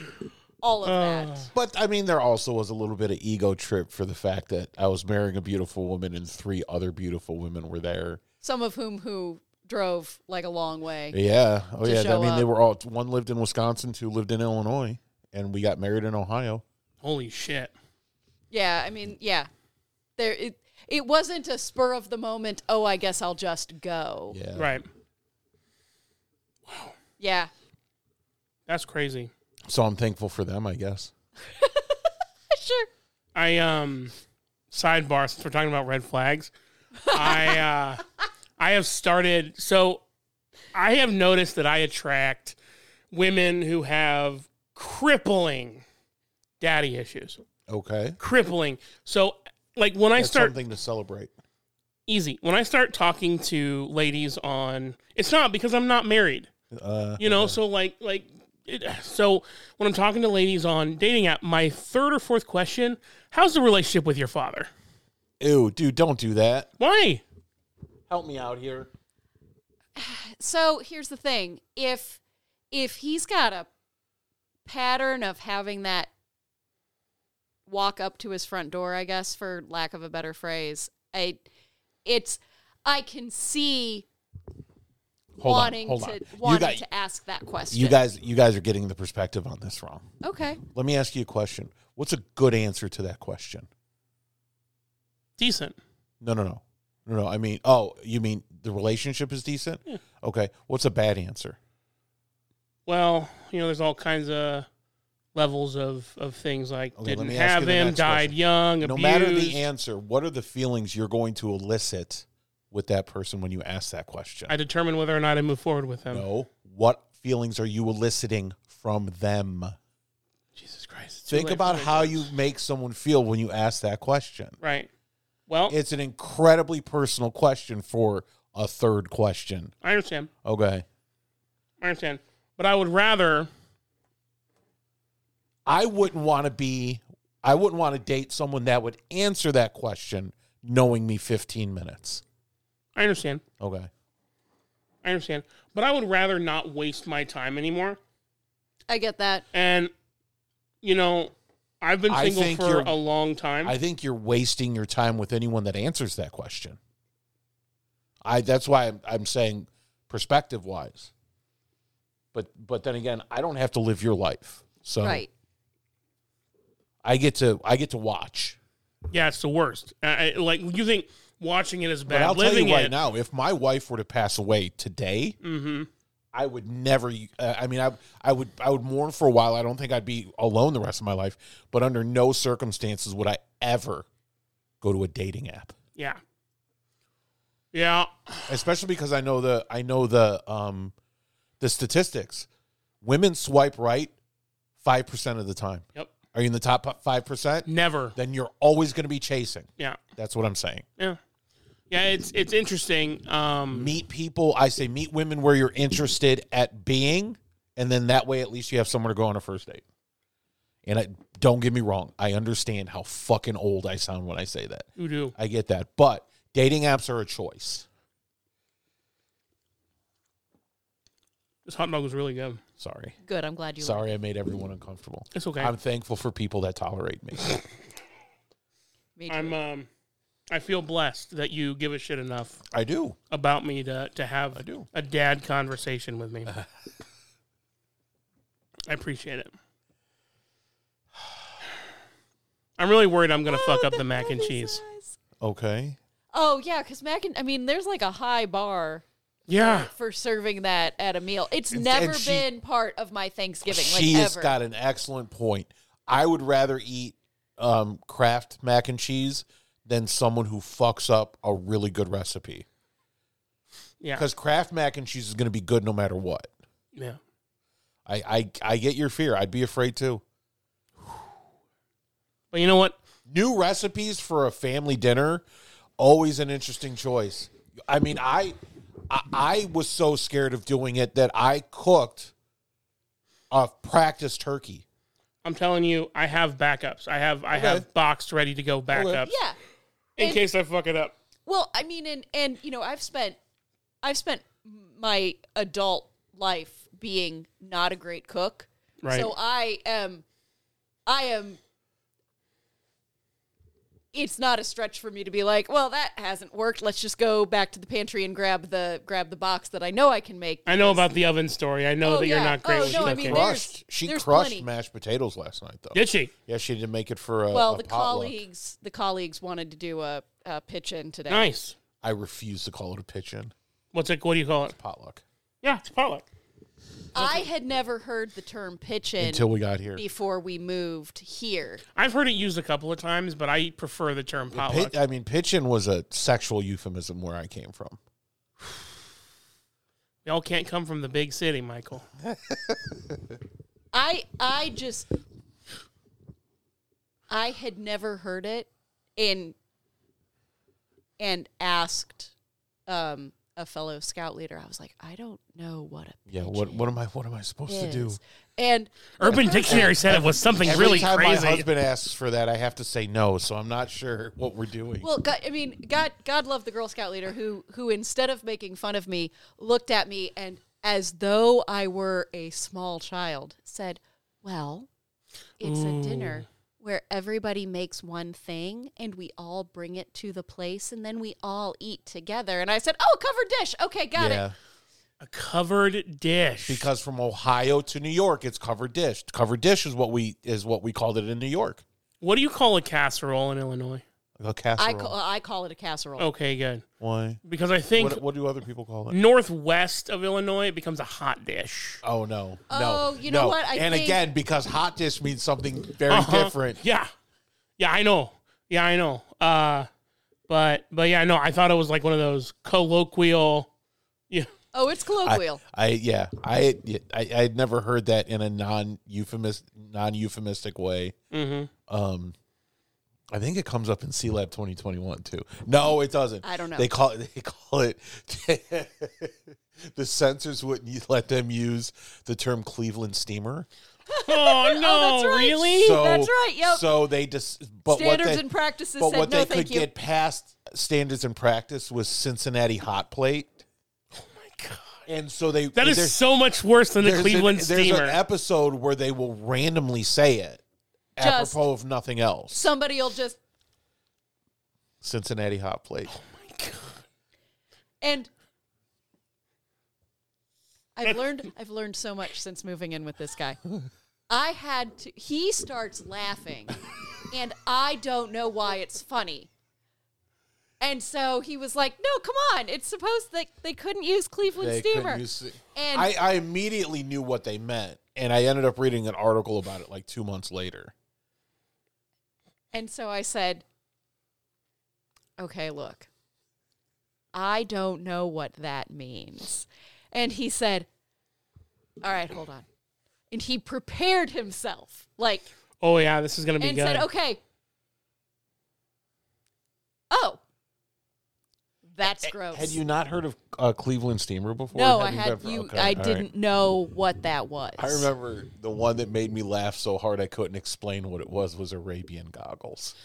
all of that.
Ah.
But I mean, there also was a little bit of ego trip for the fact that I was marrying a beautiful woman and three other beautiful women were there.
Some of whom who drove like a long way.
Yeah. Oh,
To
yeah. I
show
mean, they
up.
were all one lived in Wisconsin, two lived in Illinois, and we got married in Ohio.
Holy shit.
Yeah. I mean, yeah. There, it, It wasn't a spur of the moment. Oh, I guess I'll just go.
Yeah.
Right.
Yeah.
That's crazy.
So I'm thankful for them, I guess.
Sure.
I um sidebar since we're talking about red flags. I uh I have started so I have noticed that I attract women who have crippling daddy issues.
Okay.
Crippling. So like when I
That's
start
something to celebrate.
easy, when I start talking to ladies on it's not because I'm not married.
Uh,
you know so like like it, so when i'm talking to ladies on dating app my third or fourth question how's the relationship with your father
ew, dude, don't do that.
why
Help me out here.
So here's the thing: if if he's got a pattern of having that walk up to his front door, I guess, for lack of a better phrase, I it's I can see
Hold
wanting
on. Hold
to
on.
wanting
you guys,
to ask that question.
you guys, you guys are getting the perspective on this wrong.
okay?
Let me ask you a question. What's a good answer to that question?
decent
No, no, no, no, no. I mean, oh, you mean the relationship is decent?
Yeah.
Okay. What's a bad answer?
well you know there's all kinds of levels of of things like
Okay, let
didn't
me ask
have
you the
him
next
died
question.
young
No
abused.
matter the answer, what are the feelings you're going to elicit with that person when you ask that question?
i determine whether or not i move forward with him
no. What feelings are you eliciting from them?
jesus christ it's too
Think
late for
about
those
how
words.
you make someone feel when you ask that question.
right well
It's an incredibly personal question for a third question.
i understand
Okay.
i understand but i would rather
I wouldn't want to be I wouldn't want to date someone that would answer that question knowing me 15 minutes.
i understand
Okay.
i understand but i would rather not waste my time anymore
I get that.
And you know, I've been
I
single
think
for
you're-
a long time.
I think you're wasting your time with anyone that answers that question. I that's why I'm, I'm saying perspective wise. But but then again, I don't have to live your life. So
Right.
I get to I get to watch.
yeah, it's the worst. I, I- like you think watching it is bad,
But I'll tell
living
you right
it.
now, if my wife were to pass away today,
Mm-hmm.
I would never. Uh, I mean, I I would I would mourn for a while. I don't think I'd be alone the rest of my life. But under no circumstances would I ever go to a dating app,
Yeah. Yeah.
especially because I know the I know the um the statistics. Women swipe right five percent of the time.
Yep.
Are you in the top five percent?
Never.
Then you're always going to be chasing.
Yeah.
That's what I'm saying.
Yeah. Yeah. It's it's interesting. Um.
Meet people. I say meet women where you're interested at being, and then that way at least you have somewhere to go on a first date. And I don't get me wrong, I understand how fucking old I sound when I say that.
Who do?
I get that, but dating apps are a choice.
This hot dog was really good.
Sorry,
Good. I'm glad you.
sorry, I made everyone uncomfortable.
It's okay.
I'm
I'm.
thankful for people that tolerate me.
Me too.
I'm um. I feel blessed that you give a shit enough
I do.
about me to to have
I do.
a dad conversation with me. I appreciate it. I'm really worried I'm going to fuck
Oh,
up the mac
love
and
is
cheese.
us.
Okay.
Oh yeah, because mac and I mean, there's like a high bar
Yeah.
for serving that at a meal. It's
And-
never
and she-
been part of my Thanksgiving.
She
like
has
ever.
got an excellent point. I would rather eat um, Kraft mac and cheese than someone who fucks up a really good recipe.
Yeah.
Because Kraft mac and cheese is going to be good no matter what.
Yeah.
I, I I get your fear. I'd be afraid too.
But you know what?
New recipes for a family dinner, always an interesting choice. I mean, I I, I was so scared of doing it that I cooked a practice turkey.
I'm telling you, I have backups. I have I
Okay.
have boxed ready to go backups
yeah.
in case I fuck it up.
Well, I mean, and and you know, I've spent, I've spent my adult life being not a great cook.
Right.
So I am, I am it's not a stretch for me to be like, well, that hasn't worked. Let's just go back to the pantry and grab the grab the box that I know I can make.
I know about the oven story. I know
Oh,
that you're
yeah.
not great
Oh,
with
no, I
cooking.
mean, there's-
crushed. She
there's
crushed
plenty.
mashed potatoes last night, though.
Did she?
Yeah, she didn't make it for a,
Well,
a
the
potluck.
colleagues the colleagues wanted to do a, a pitch in today.
Nice.
I refuse to call it a pitch-in
What's it? What do you call it?
potluck
Yeah, it's potluck.
I had never heard the term pitch in
until we got here.
before we moved here.
I've heard it used a couple of times, but I prefer the term potluck.
Pit, I mean, pitch-in was a sexual euphemism where I came from.
Y'all can't come from the big city, Michael.
I I just I had never heard it and and asked um a fellow scout leader. I was like, I don't know what a
Yeah, what
pigeon
what am I what am I supposed to do?
is." And the
Urban
person-
Dictionary said it was something
Every
really
time
crazy.
my husband asks for that, I have to say no, so I'm not sure what we're doing.
Well, God, I mean, God, God love the Girl Scout leader who, who instead of making fun of me, looked at me and, as though I were a small child, said, "Well, it's a dinner where everybody makes one thing and we all bring it to the place and then we all eat together." And I said, "Oh, covered dish. Okay, got
yeah,
it."
a covered dish.
because from Ohio to New York, it's covered dish. Covered dish is what we is what we called it in New York.
what do you call a casserole in Illinois?
A casserole.
I call, I call it a casserole.
Oh.
Okay, good.
Why?
Because I think Mm.
What, what do other people call it?
northwest of Illinois, it becomes a hot dish.
Oh no!
Oh,
no,
you know
no.
what? I
and
think-
again, because hot dish means something very
Uh-huh.
different.
Yeah, yeah, I know. Yeah, I know. Uh, but but yeah, I know. I thought it was like one of those colloquial. Yeah,
Oh, it's colloquial.
I yeah, I I I had never heard that in a non euphemist non euphemistic way.
mm-hmm.
Um, I think it comes up in C Lab 2021 too. No, it doesn't.
I don't know.
They call it. They call it. the censors wouldn't you let them use the term Cleveland steamer.
Oh no!
that's right.
Really?
So
That's right, yep.
So they just. But
Standards
what they,
and practices
But
said
what
no,
they
thank
could
you.
get past standards and practice was Cincinnati hot plate.
God.
And so they
That is
there's-
so much worse than the
there's an-
Cleveland
There's
Steamer.
an episode where they will randomly say it,
Just-
apropos of nothing else.
Somebody'll just
Cincinnati hot plate.
And I've learned I've learned so much since moving in with this guy. I had to he starts laughing and I don't know why it's funny. And so he was like, "No, come on. It's supposed that they couldn't use Cleveland
They couldn't
Steamer."
use it.
and
I, I immediately knew what they meant, and I ended up reading an article about it like two months later.
And so I said, Okay, look, I don't know what that means. And he said, All right, hold on. And he prepared himself, like,
oh yeah, this is gonna be
and
good.
said, Okay, oh, that's gross.
Had you not heard of uh, Cleveland Steamer before?
no, I
Had you
had
ever-
you.
okay,
I
all right.
didn't know what that was.
I remember the one that made me laugh so hard I couldn't explain what it was was Arabian goggles.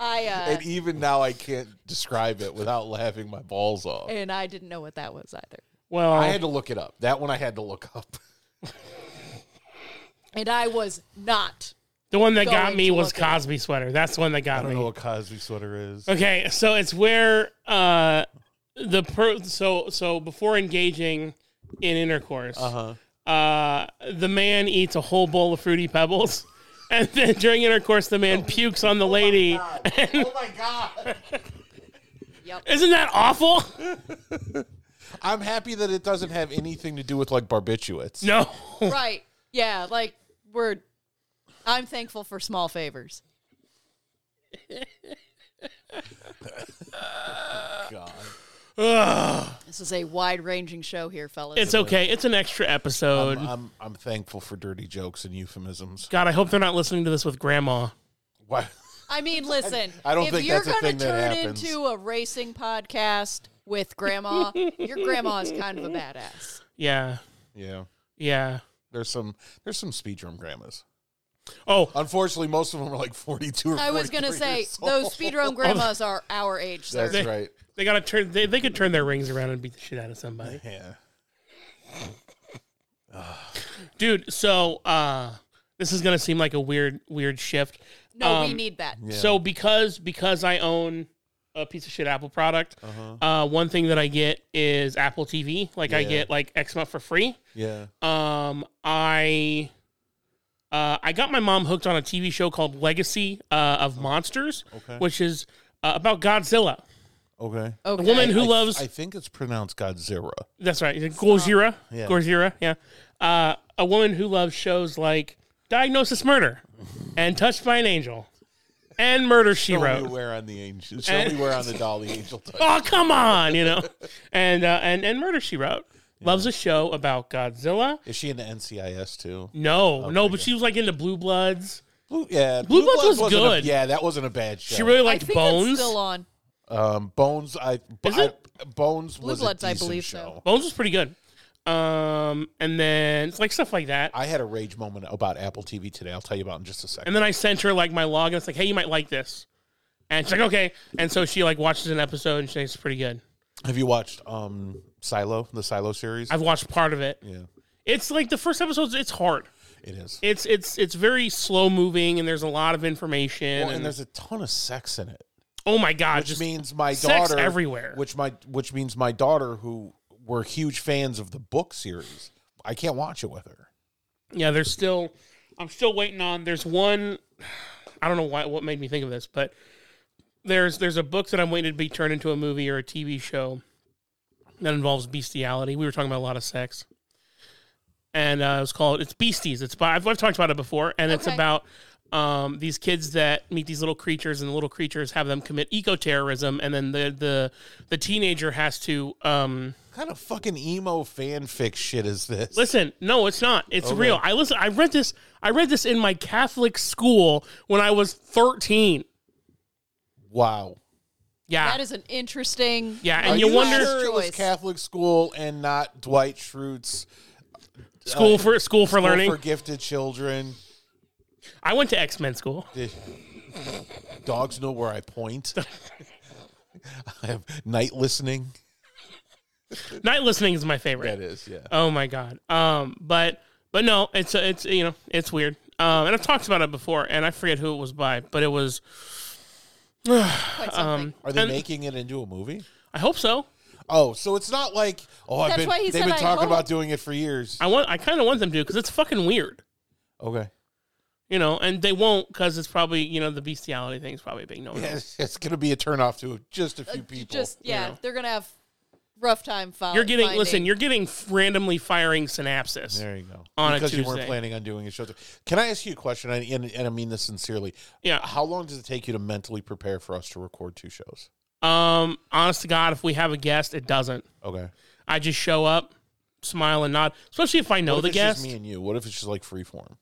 I uh,
And even now I can't describe it without laughing my balls off.
and I didn't know what that was either.
well,
I had to look it up. That one I had to look up.
And I was not
the one that got
going
me
to
was
look it up.
Cosby sweater. That's the one that
I
got
don't
me.
know what Cosby sweater is.
Okay, so it's where uh the per so so before engaging in intercourse,
huh.
uh the man eats a whole bowl of fruity pebbles. And then during intercourse, the man pukes on the lady.
oh my god!
Isn't that awful?
I'm happy that it doesn't have anything to do with like barbiturates.
No.
right. Yeah, like we're I'm thankful for small favors.
God.
This is a wide-ranging show here, fellas.
It's okay. It's an extra episode.
I'm, I'm I'm thankful for dirty jokes and euphemisms.
God, I hope they're not listening to this with grandma.
Why?
I mean, listen.
I don't
if
think
you're
that's a
gonna
thing that
turn
happens.
into a racing podcast with grandma, your grandma is kind of a badass.
Yeah.
Yeah.
Yeah.
There's some there's some speedrum grandmas.
Oh,
Unfortunately, most of them are like 42 or
I was gonna
43
say
years
those
old.
speedrun grandmas are our age, sir.
That's right.
they gotta turn they, they could turn their rings around and beat the shit out of somebody.
Yeah.
dude so uh This is going to seem like a weird, weird shift.
No, we
Um,
need that.
Yeah.
So because because I own a piece of shit Apple product, uh one thing that I get is Apple TV. Like I
Uh-huh. Yeah.
get like X month for free.
yeah.
Um, I uh, I got my mom hooked on a TV show called Legacy uh, of Monsters,
Okay.
which is uh, about Godzilla.
Okay.
The
Okay.
woman who
I-
loves
I think it's pronounced Godzilla.
That's right. Gorzira.
Yeah.
Gorzira, yeah. Uh, a woman who loves shows like Diagnosis Murder and Touched by an Angel and Murder She
Show me
Wrote.
where on the angel. Show
And-
me where on the dolly angel. touch.
Oh, come on, you know. And uh, and and Murder She Wrote loves a show about Godzilla.
Is she in the NCIS too?
No, no, but she was like into Blue Bloods.
Blue, yeah,
Blue Bloods was
wasn't a-
good.
yeah, that wasn't a bad show.
She really
I
liked
think
Bones.
it's still on.
um, Bones. I, b-
Is it?
I- Bones was
Bloods,
a
I
decent
believe so.
show.
Bones was pretty good. Um, and then it's like stuff like that.
I had a rage moment about Apple TV today. I'll tell you about in just a second.
And then I sent her like my log, and it's like, hey, you might like this. And she's like, okay. And so she like watches an episode, and she thinks it's pretty good.
Have you watched um Silo, the Silo series?
I've watched part of it.
yeah,
It's like the first episodes. It's hard.
it is.
It's it's it's very slow moving, and there's a lot of information.
Well,
and
and there's a ton of sex in it,
oh my god,
which
just
means my
sex
daughter
everywhere.
Which my which means my daughter, who were huge fans of the book series, I can't watch it with her.
yeah, there's still. I'm still waiting on. There's one. I don't know why what made me think of this, but there's there's a book that I'm waiting to be turned into a movie or a TV show that involves bestiality. We were talking about a lot of sex, and uh, it's called it's Beasties. It's by I've, I've talked about it before, and it's
Okay.
about um, these kids that meet these little creatures, and the little creatures have them commit eco terrorism, and then the the the teenager has to. Um,
What kind of fucking emo fanfic shit is this?
Listen, no, it's not. It's real. I listen. I read this. I read this in my Catholic school when I was thirteen.
Wow.
Yeah,
That is an interesting.
Yeah, and
Are
you wonder-
sure it was
Choice.
Catholic school and not Dwight Schrute's
school for school for
School
learning.
for gifted children.
I went to X Men school.
The- Dogs know where I point. I have night listening.
Night listening is my favorite.
is, yeah.
Oh my god. Um, but but no, it's it's you know it's weird. Um, and I've talked about it before, and I forget who it was by, but it was.
Quite something.
Are they
and-
making it into a movie?
I hope so.
Oh, so it's not like oh, I've
That's
been
why he
they've
said
been
I
talking
hope.
about doing it for years.
I want. I kind of want them to because it's fucking weird,
Okay,
you know. And they won't because it's probably you know the bestiality thing is probably a big no.
Yeah, it's, it's gonna be a turnoff to just a few people.
Uh, Just yeah,
know.
they're gonna have rough time following.
You're getting listen. You're getting f- randomly firing synapses.
there you go.
On a
because you weren't
Tuesday.
planning on doing a show. Can I ask you a question? And, and, and I mean this sincerely.
Yeah.
How long does it take you to mentally prepare for us to record two shows?
Um, honest to God, if we have a guest, it doesn't.
Okay.
I just show up, smile and nod. Especially if I know
what
the
if it's just
guest.
me and you. What if it's just like freeform?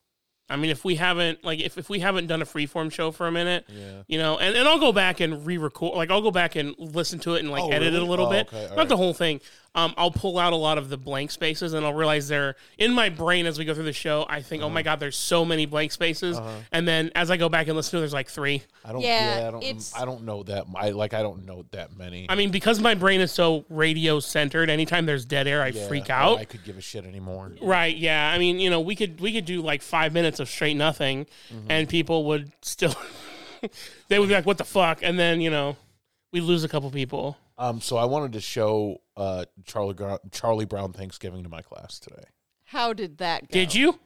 I mean, if we haven't like if, if we haven't done a freeform show for a minute,
Yeah.
you know, and, and I'll go back and re-record. Like I'll go back and listen to it and like
Oh,
edit it a
really?
little
Oh,
bit,
okay, all
not
right.
the whole thing. Um, I'll pull out a lot of the blank spaces and I'll realize they're in my brain as we go through the show. I think,
Uh-huh.
oh my god, there's so many blank spaces, and then as I go back and listen to, it, there's like three.
I don't. Yeah.
Yeah,
I don't.
it's-
I don't know that. I like. I don't know that many.
I mean, because my brain is so radio centered, anytime there's dead air, I
Yeah,
freak
oh,
out.
I could give a shit anymore.
Right. Yeah. I mean, you know, we could we could do like five minutes of straight nothing, and people would still they would be like, "What the fuck?" And then you know, we lose a couple people.
Um. So I wanted to show uh Charlie Gro- Charlie Brown Thanksgiving to my class today.
How did that go?
Did you?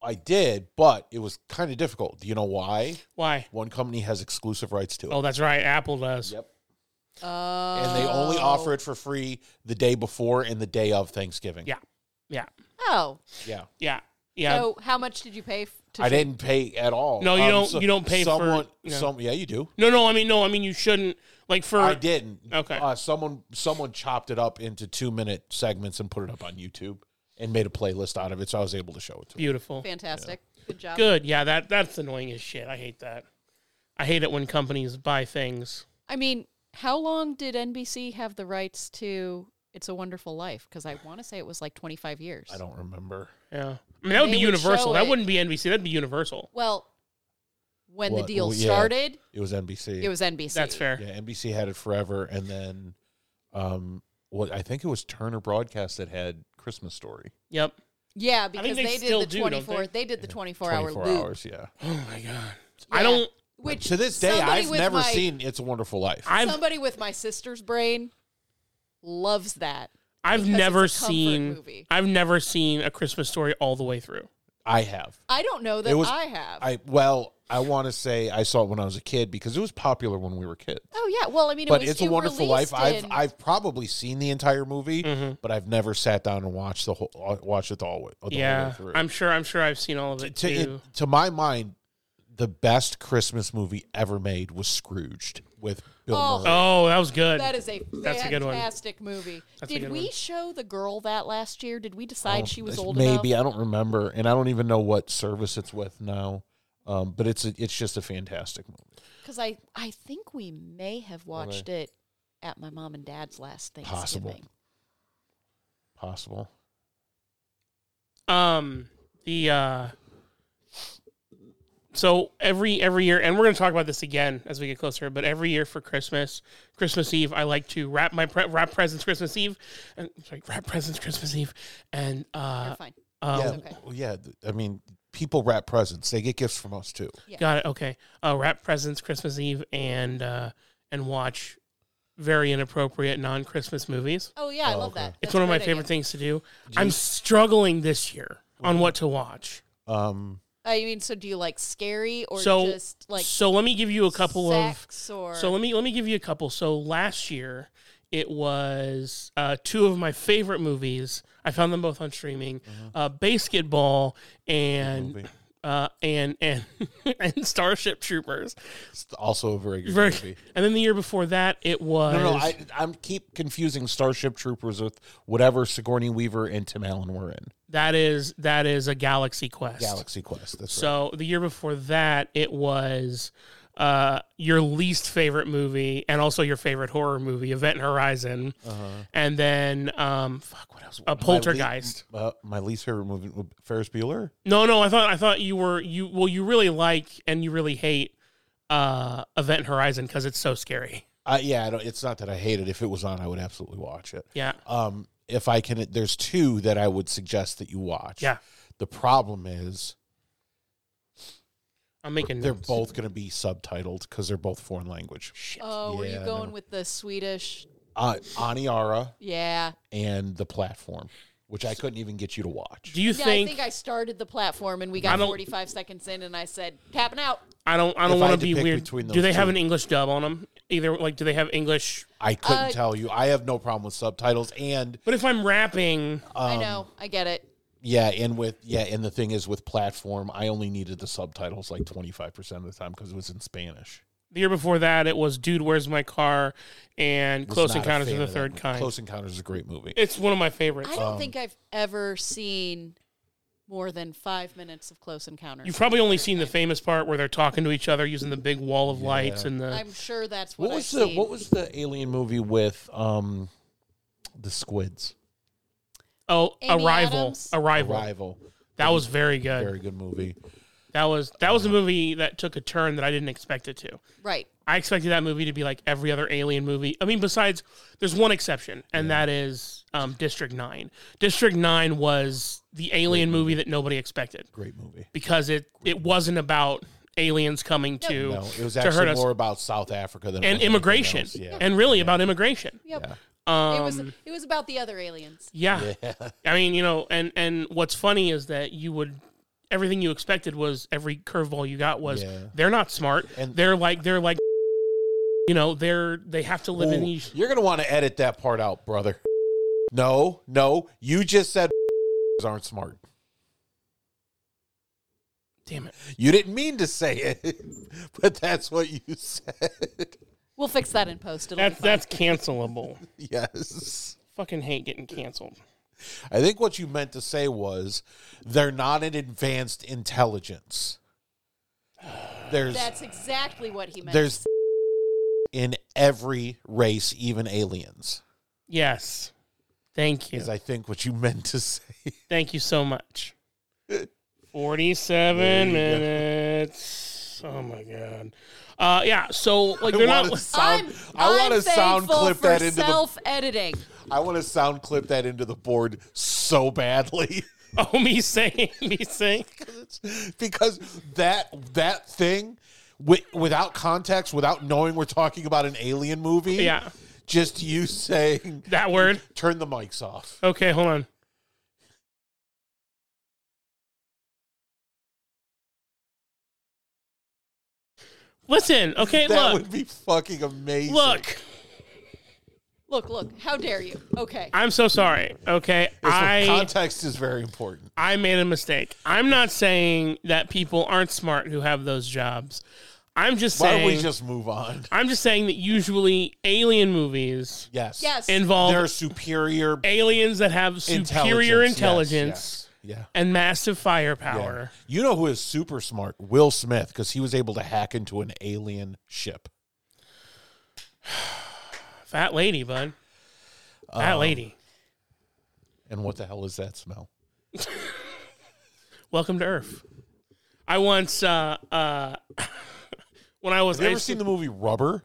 I did, but it was kind of difficult. Do you know why?
Why?
One company has exclusive rights to it,
Oh, that's right. Apple does.
Yep.
Oh.
and they only offer it for free the day before and the day of Thanksgiving.
Yeah. Yeah.
Oh,
Yeah.
Yeah. Yeah.
so how much did you pay? F- to
I
sh-
didn't pay at all. Um,
No, you don't- you don't pay for-
someone,
no.
Some, yeah, you do.
no. No. I mean, no. I mean, you shouldn't like for.
I didn't.
Okay.
Uh, someone someone chopped it up into two minute segments and put it up on YouTube and made a playlist out of it, so I was able to show it to. Them.
Beautiful.
Fantastic. Good job.
Good. Yeah. That that's annoying as shit. I hate that. I hate it when companies buy things.
I mean, how long did NBC have the rights to "It's a Wonderful Life"? Because I want to say it was like 25 years.
I don't remember.
Yeah. I mean, that would
They
be
would show
universal. That
it.
wouldn't be NBC. That'd be universal.
Well, when
What?
the deal
Well, yeah.
started,
It was NBC.
it was NBC.
That's fair.
yeah. NBC had it forever, and then, um, what I think it was Turner Broadcast that had Christmas Story.
Yep.
Yeah, because
they
they,
still
did
do,
the
don't they?
24. They? did the 24, hour
24
loop.
hours, yeah.
Oh my god. I
Yeah.
don't.
Which
To this day,
somebody
I've
with
never
my-
seen It's a Wonderful Life.
I've
somebody with my sister's brain loves that.
I've
because it's a
never
comfort
seen.
movie.
I've never seen a Christmas story all the way through.
I have.
I don't know that
was-
I have.
I well, I want to say I saw it when I was a kid because it was popular when we were kids.
oh yeah, well I mean, it
But
was,
it's a
it
Wonderful Life.
released
I've
in-
I've probably seen the entire movie,
Mm-hmm.
but I've never sat down and watched the whole uh, watched it the whole way, the whole way
yeah,
through.
I'm sure. I'm sure I've seen all of it
to
too.
it, to my mind, the best Christmas movie ever made was Scrooged with Bill
Oh.
Murray.
oh, that was good.
that is a
a good one.
fantastic movie.
a
Did
good
we
one.
show the girl that last year? Did we decide she
Oh,
was
It's
old
Um, Maybe
enough?
I don't remember, and I don't even know what service it's with now. Um, but it's a, it's just a fantastic movie.
Because I I think we may have watched it at my mom and dad's last Thanksgiving.
Possible. Possible.
um the uh so every every year and we're going to talk about this again as we get closer but every year for christmas christmas eve i like to wrap my pre- wrap presents christmas eve and sorry wrap presents christmas eve and uh
You're fine.
um,
yeah,
okay.
well, yeah. th- I mean, people wrap presents; they get gifts from us too.
got it okay uh wrap presents christmas eve and uh and watch very inappropriate non-christmas movies
Oh yeah, I love that.
it's
That's
one
a
of my
great idea.
favorite things to do i'm struggling this year on what to watch
Um,
I mean, so do you like scary or
so
just like
so let me give you a couple of
sex or
So let me let me give you a couple. So last year it was uh, two of my favorite movies. I found them both on streaming: uh, Basketball and
movie.
uh, and and and Starship Troopers.
it's also a very good
Very-
movie.
and then the year before that it was
No, no, I I'm keep confusing Starship Troopers with whatever Sigourney Weaver and Tim Allen were in
that is that is a Galaxy Quest.
Galaxy Quest. That's right.
So the year before that it was. Uh, your least favorite movie, and also your favorite horror movie, Event Horizon,
Uh-huh.
and then um, fuck, what else? A
My le-
Poltergeist.
uh, my least favorite movie, Ferris Bueller.
No, no, I thought I thought you were you well you really like and you really hate uh Event Horizon cuz it's so scary.
Uh, yeah, I don't, it's not that I hate it. If it was on, I would absolutely watch it.
Yeah.
Um, if I can, there's two that I would suggest that you watch.
Yeah.
The problem is
I'm making
they're
notes.
both going to be subtitled because they're both foreign language.
Shit.
Oh, were you
Yeah,
going
no.
with the Swedish?
Uh, Aniara
Yeah.
and The Platform, which I couldn't even get you to watch.
Do you
Yeah,
think,
I think I started the platform and we
I
got
don't-
45 seconds in and I said, tapping out.
I don't I don't
If I
want
had
to
to
be
pick
weird.
between
Do
those
they have
two.
an English dub on them? Either like do they have English
I couldn't
Uh,
tell you. I have no problem with subtitles and
But if I'm rapping,
Um,
I know. I get it.
yeah, and with yeah, and the thing is with platform, I only needed the subtitles like 25% of the time because it was in Spanish.
the year before that it was Dude Where's My Car and
Was
Close
not a
Encounters of
fan
the
that
Third
movie.
Kind.
Close Encounters is a great movie.
It's one of my favorites.
I
Um,
don't think I've ever seen more than five minutes of Close Encounters.
You've probably only seen the famous part where they're talking to each other using the big wall of lights and the
I'm sure that's what,
What was
I've
the
seen.
What was the alien movie with um the squids?
Oh,
Amy
Arrival.
Adams?
Arrival.
Arrival,
That was very good.
very good movie.
That was that was a movie that took a turn that I didn't expect it to.
right.
I expected that movie to be like every other alien movie. I mean, besides there's one exception, and that is um, District Nine. District Nine was the alien movie that nobody expected
Great movie.
because it it wasn't about aliens coming to
No, it was
to hurt
actually
us
more about South Africa than it
and
was anything
immigration,
else. Yeah.
and really about immigration.
Yep.
Um,
it was it was about the other aliens.
Yeah. I mean, you know, and and what's funny is that you would everything you expected was every curveball you got was
Yeah.
they're not smart.
And-
they're like they're like you know, they're they have to live in
Ooh,
these
you're gonna want to edit that part out, brother. No, no, you just said aren't smart.
damn it.
You didn't mean to say it, but that's what you said.
We'll fix that in post. It'll
That's
be fine.
that's cancelable.
Yes.
Fucking hate getting canceled.
I think what you meant to say was they're not an advanced intelligence. There's
That's exactly what he meant.
there's in every race, even aliens.
Yes. Thank you.
Is I think what you meant to say.
Thank you so much. 47
There you go.
minutes. Oh my god. Uh yeah, so like
I
they're
want
not
to
I'm,
sound. I want
I'm
to sound
thankful
clip
for
that into the.
self-editing.
I want to sound clip that into the board so badly.
Oh, me saying, me saying.
because that that thing wi- without context, without knowing we're talking about an alien movie.
Yeah.
Just you saying
That word.
turn the mics off.
Okay, hold on. Listen, okay,
that
look.
would be fucking amazing.
Look,
Look, look, how dare you? Okay.
I'm so sorry. Okay,
That's what-
I
context is very important.
I made a mistake. I'm not saying that people aren't smart who have those jobs. I'm just
Why don't
saying
we just move on?
I'm just saying that usually alien movies
Yes.
Yes.
involve
They're superior
aliens that have superior intelligence,
Yes, yes. Yeah.
and massive
yeah.
firepower.
You know who is super smart? Will Smith, because he was able to hack into an alien ship.
Fat lady, bud.
Um,
Fat lady.
And what the hell is that smell?
Welcome to Earth. I once uh uh when I was
Have you
I
ever
used
seen
to-
the movie Rubber?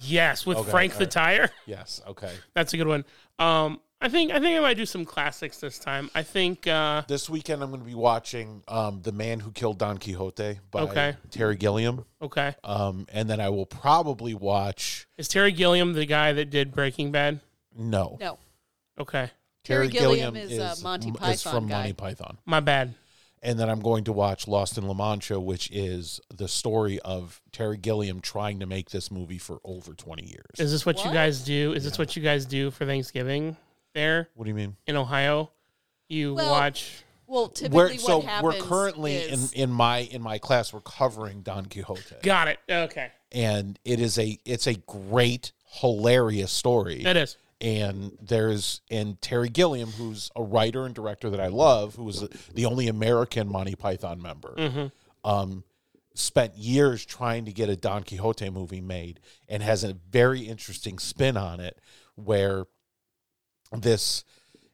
Yes, with
Okay,
Frank the
alright.
Tire.
Yes. Okay.
That's a good one. Um I think I think I might do some classics this time. I think uh
This weekend I'm going to be watching um, The Man Who Killed Don Quixote by
Okay.
Terry Gilliam,
okay.
um, and then I will probably watch
Is Terry Gilliam the guy that did Breaking Bad?
no.
no.
Okay.
Terry Gilliam is, uh, Monty
m- is
Python
from
guy.
Monty Python,
My bad.
and then I'm going to watch Lost in La Mancha, which is the story of Terry Gilliam trying to make this movie for over 20 years.
Is this what, you
What?
guys do? Is this what you guys do for Thanksgiving there
what do you mean?
in Ohio? You
Well-
watch
Well, typically
We're,
what
so
happens
we're currently
is,
in, in my in my class we're covering Don Quixote,
Got it. Okay.
and it is a it's a great hilarious story.
That is.
and there's and Terry Gilliam, who's a writer and director that I love, who was the only American Monty Python member,
Mm-hmm.
um, spent years trying to get a Don Quixote movie made, and has a very interesting spin on it, where this.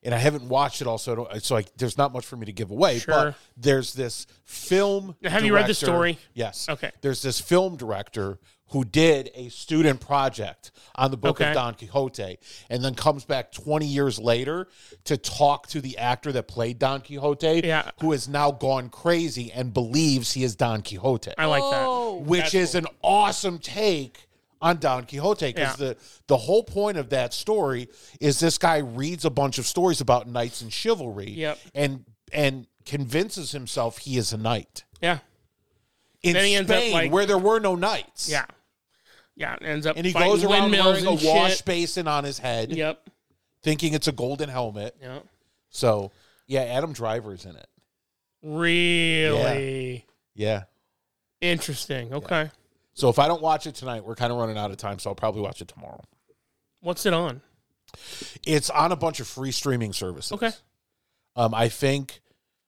And I haven't watched it also, so I don't- so I, there's not much for me to give away.
Sure.
But there's this film.
Have you read the
director-
story?
Yes.
Okay.
There's this film director who did a student project on the book
Okay.
of Don Quixote and then comes back 20 years later to talk to the actor that played Don Quixote,
Yeah.
who has now gone crazy and believes he is Don Quixote,
I like
Oh.
which is an awesome take on Don Quixote
Yeah.
because the, the whole point of that story is this guy reads a bunch of stories about knights and chivalry
Yep.
and and convinces himself he is a knight
that. Yeah.
in
Then he ends up,
Spain
like-
where there were no knights.
Yeah. Yeah. it Ends up
And he
fighting
goes around
windmills
wearing a
and
wash
shit.
basin on his head,
Yep.
thinking it's a golden helmet.
Yep.
So, yeah, Adam Driver's in it.
Really
Yeah.
interesting. Okay.
So if I don't watch it tonight, we're kind of running out of time, so I'll probably watch it tomorrow.
What's it on?
It's on a bunch of free streaming services.
Okay.
Um, I think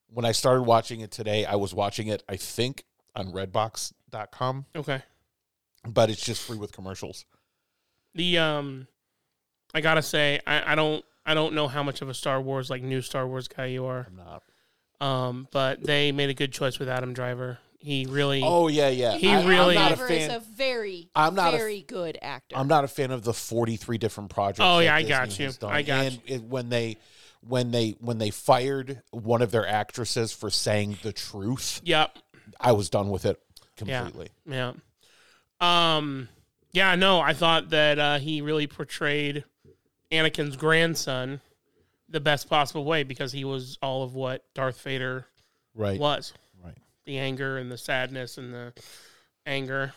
when I started watching it today, I was watching it, I think, on redbox.com,
Okay.
but it's just free with commercials.
The um I gotta say, I, I don't I don't know how much of a Star Wars like new Star Wars guy you are.
I'm not.
Um, but they made a good choice with Adam Driver. He really
Oh, yeah, yeah.
He
I-
really-
I'm not a
Driver is
fan.
a very,
I'm not a-
very good actor.
I'm not a fan of the 43 different projects.
Oh,
that
yeah, I
Disney
got you.
has done.
I got
and It, when they when they when they fired one of their actresses for saying the truth,
Yep.
I was done with it completely.
Yeah. Um yeah, no, I thought that uh, he really portrayed Anakin's grandson the best possible way because he was all of what Darth Vader
Right.
was.
Right.
The anger and the sadness and the anger.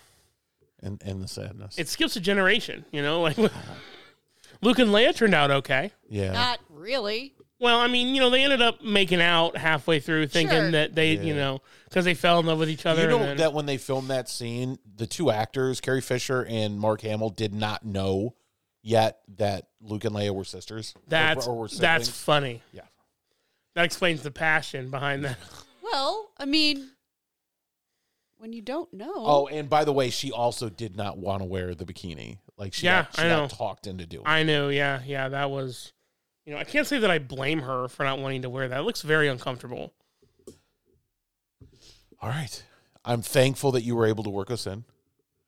And and the sadness.
It skips a generation, you know, like Luke and Leia turned out okay.
yeah.
Not really.
Well, I mean, you know, they ended up making out halfway through, thinking
Sure.
that they, you
Yeah.
know, because they fell in love with each other.
you know
and then,
that when they filmed that scene, the two actors, Carrie Fisher and Mark Hamill, did not know yet that Luke and Leia were sisters. Or-
that's
or were
that's
siblings.
funny.
yeah.
That explains the passion behind that.
Well, I mean, when you don't know.
Oh, and by the way, she also did not want to wear the bikini. Like she
Yeah,
got, she
I
got
know.
talked into doing. it.
I know, yeah, yeah, that was, you know, I can't say that I blame her for not wanting to wear that. It looks very uncomfortable.
All right. I'm thankful that you were able to work us in.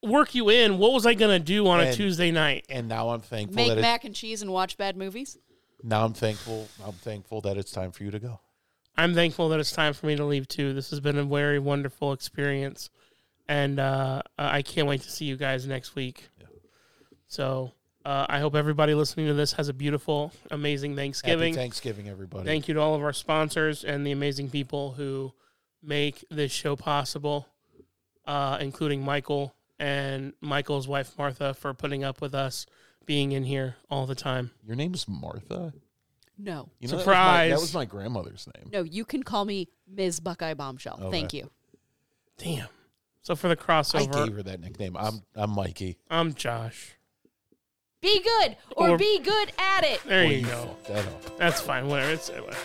Work you in. What was I gonna do on a
And-
Tuesday night?
And now I'm thankful
Make
that it,
mac and cheese and watch bad movies.
now I'm thankful I'm thankful that it's time for you to go.
I'm thankful that it's time for me to leave too. This has been a very wonderful experience, and uh, I can't wait to see you guys next week. So uh, I hope everybody listening to this has a beautiful, amazing Thanksgiving.
Happy Thanksgiving, everybody.
Thank you to all of our sponsors and the amazing people who make this show possible, uh, including Michael and Michael's wife Martha for putting up with us being in here all the time.
Your name's Martha.
No.
You know,
Surprise.
That was, my, that was my grandmother's name.
No, you can call me Ms. Buckeye Bombshell.
Okay.
Thank you.
Damn. So for the
I
crossover,
gave her that nickname. I'm I'm Mikey.
I'm Josh.
Be good or,
Or-
be good at it.
There
Boy,
you go.
fucked that up.
That's fine. Whatever. It's. Whatever.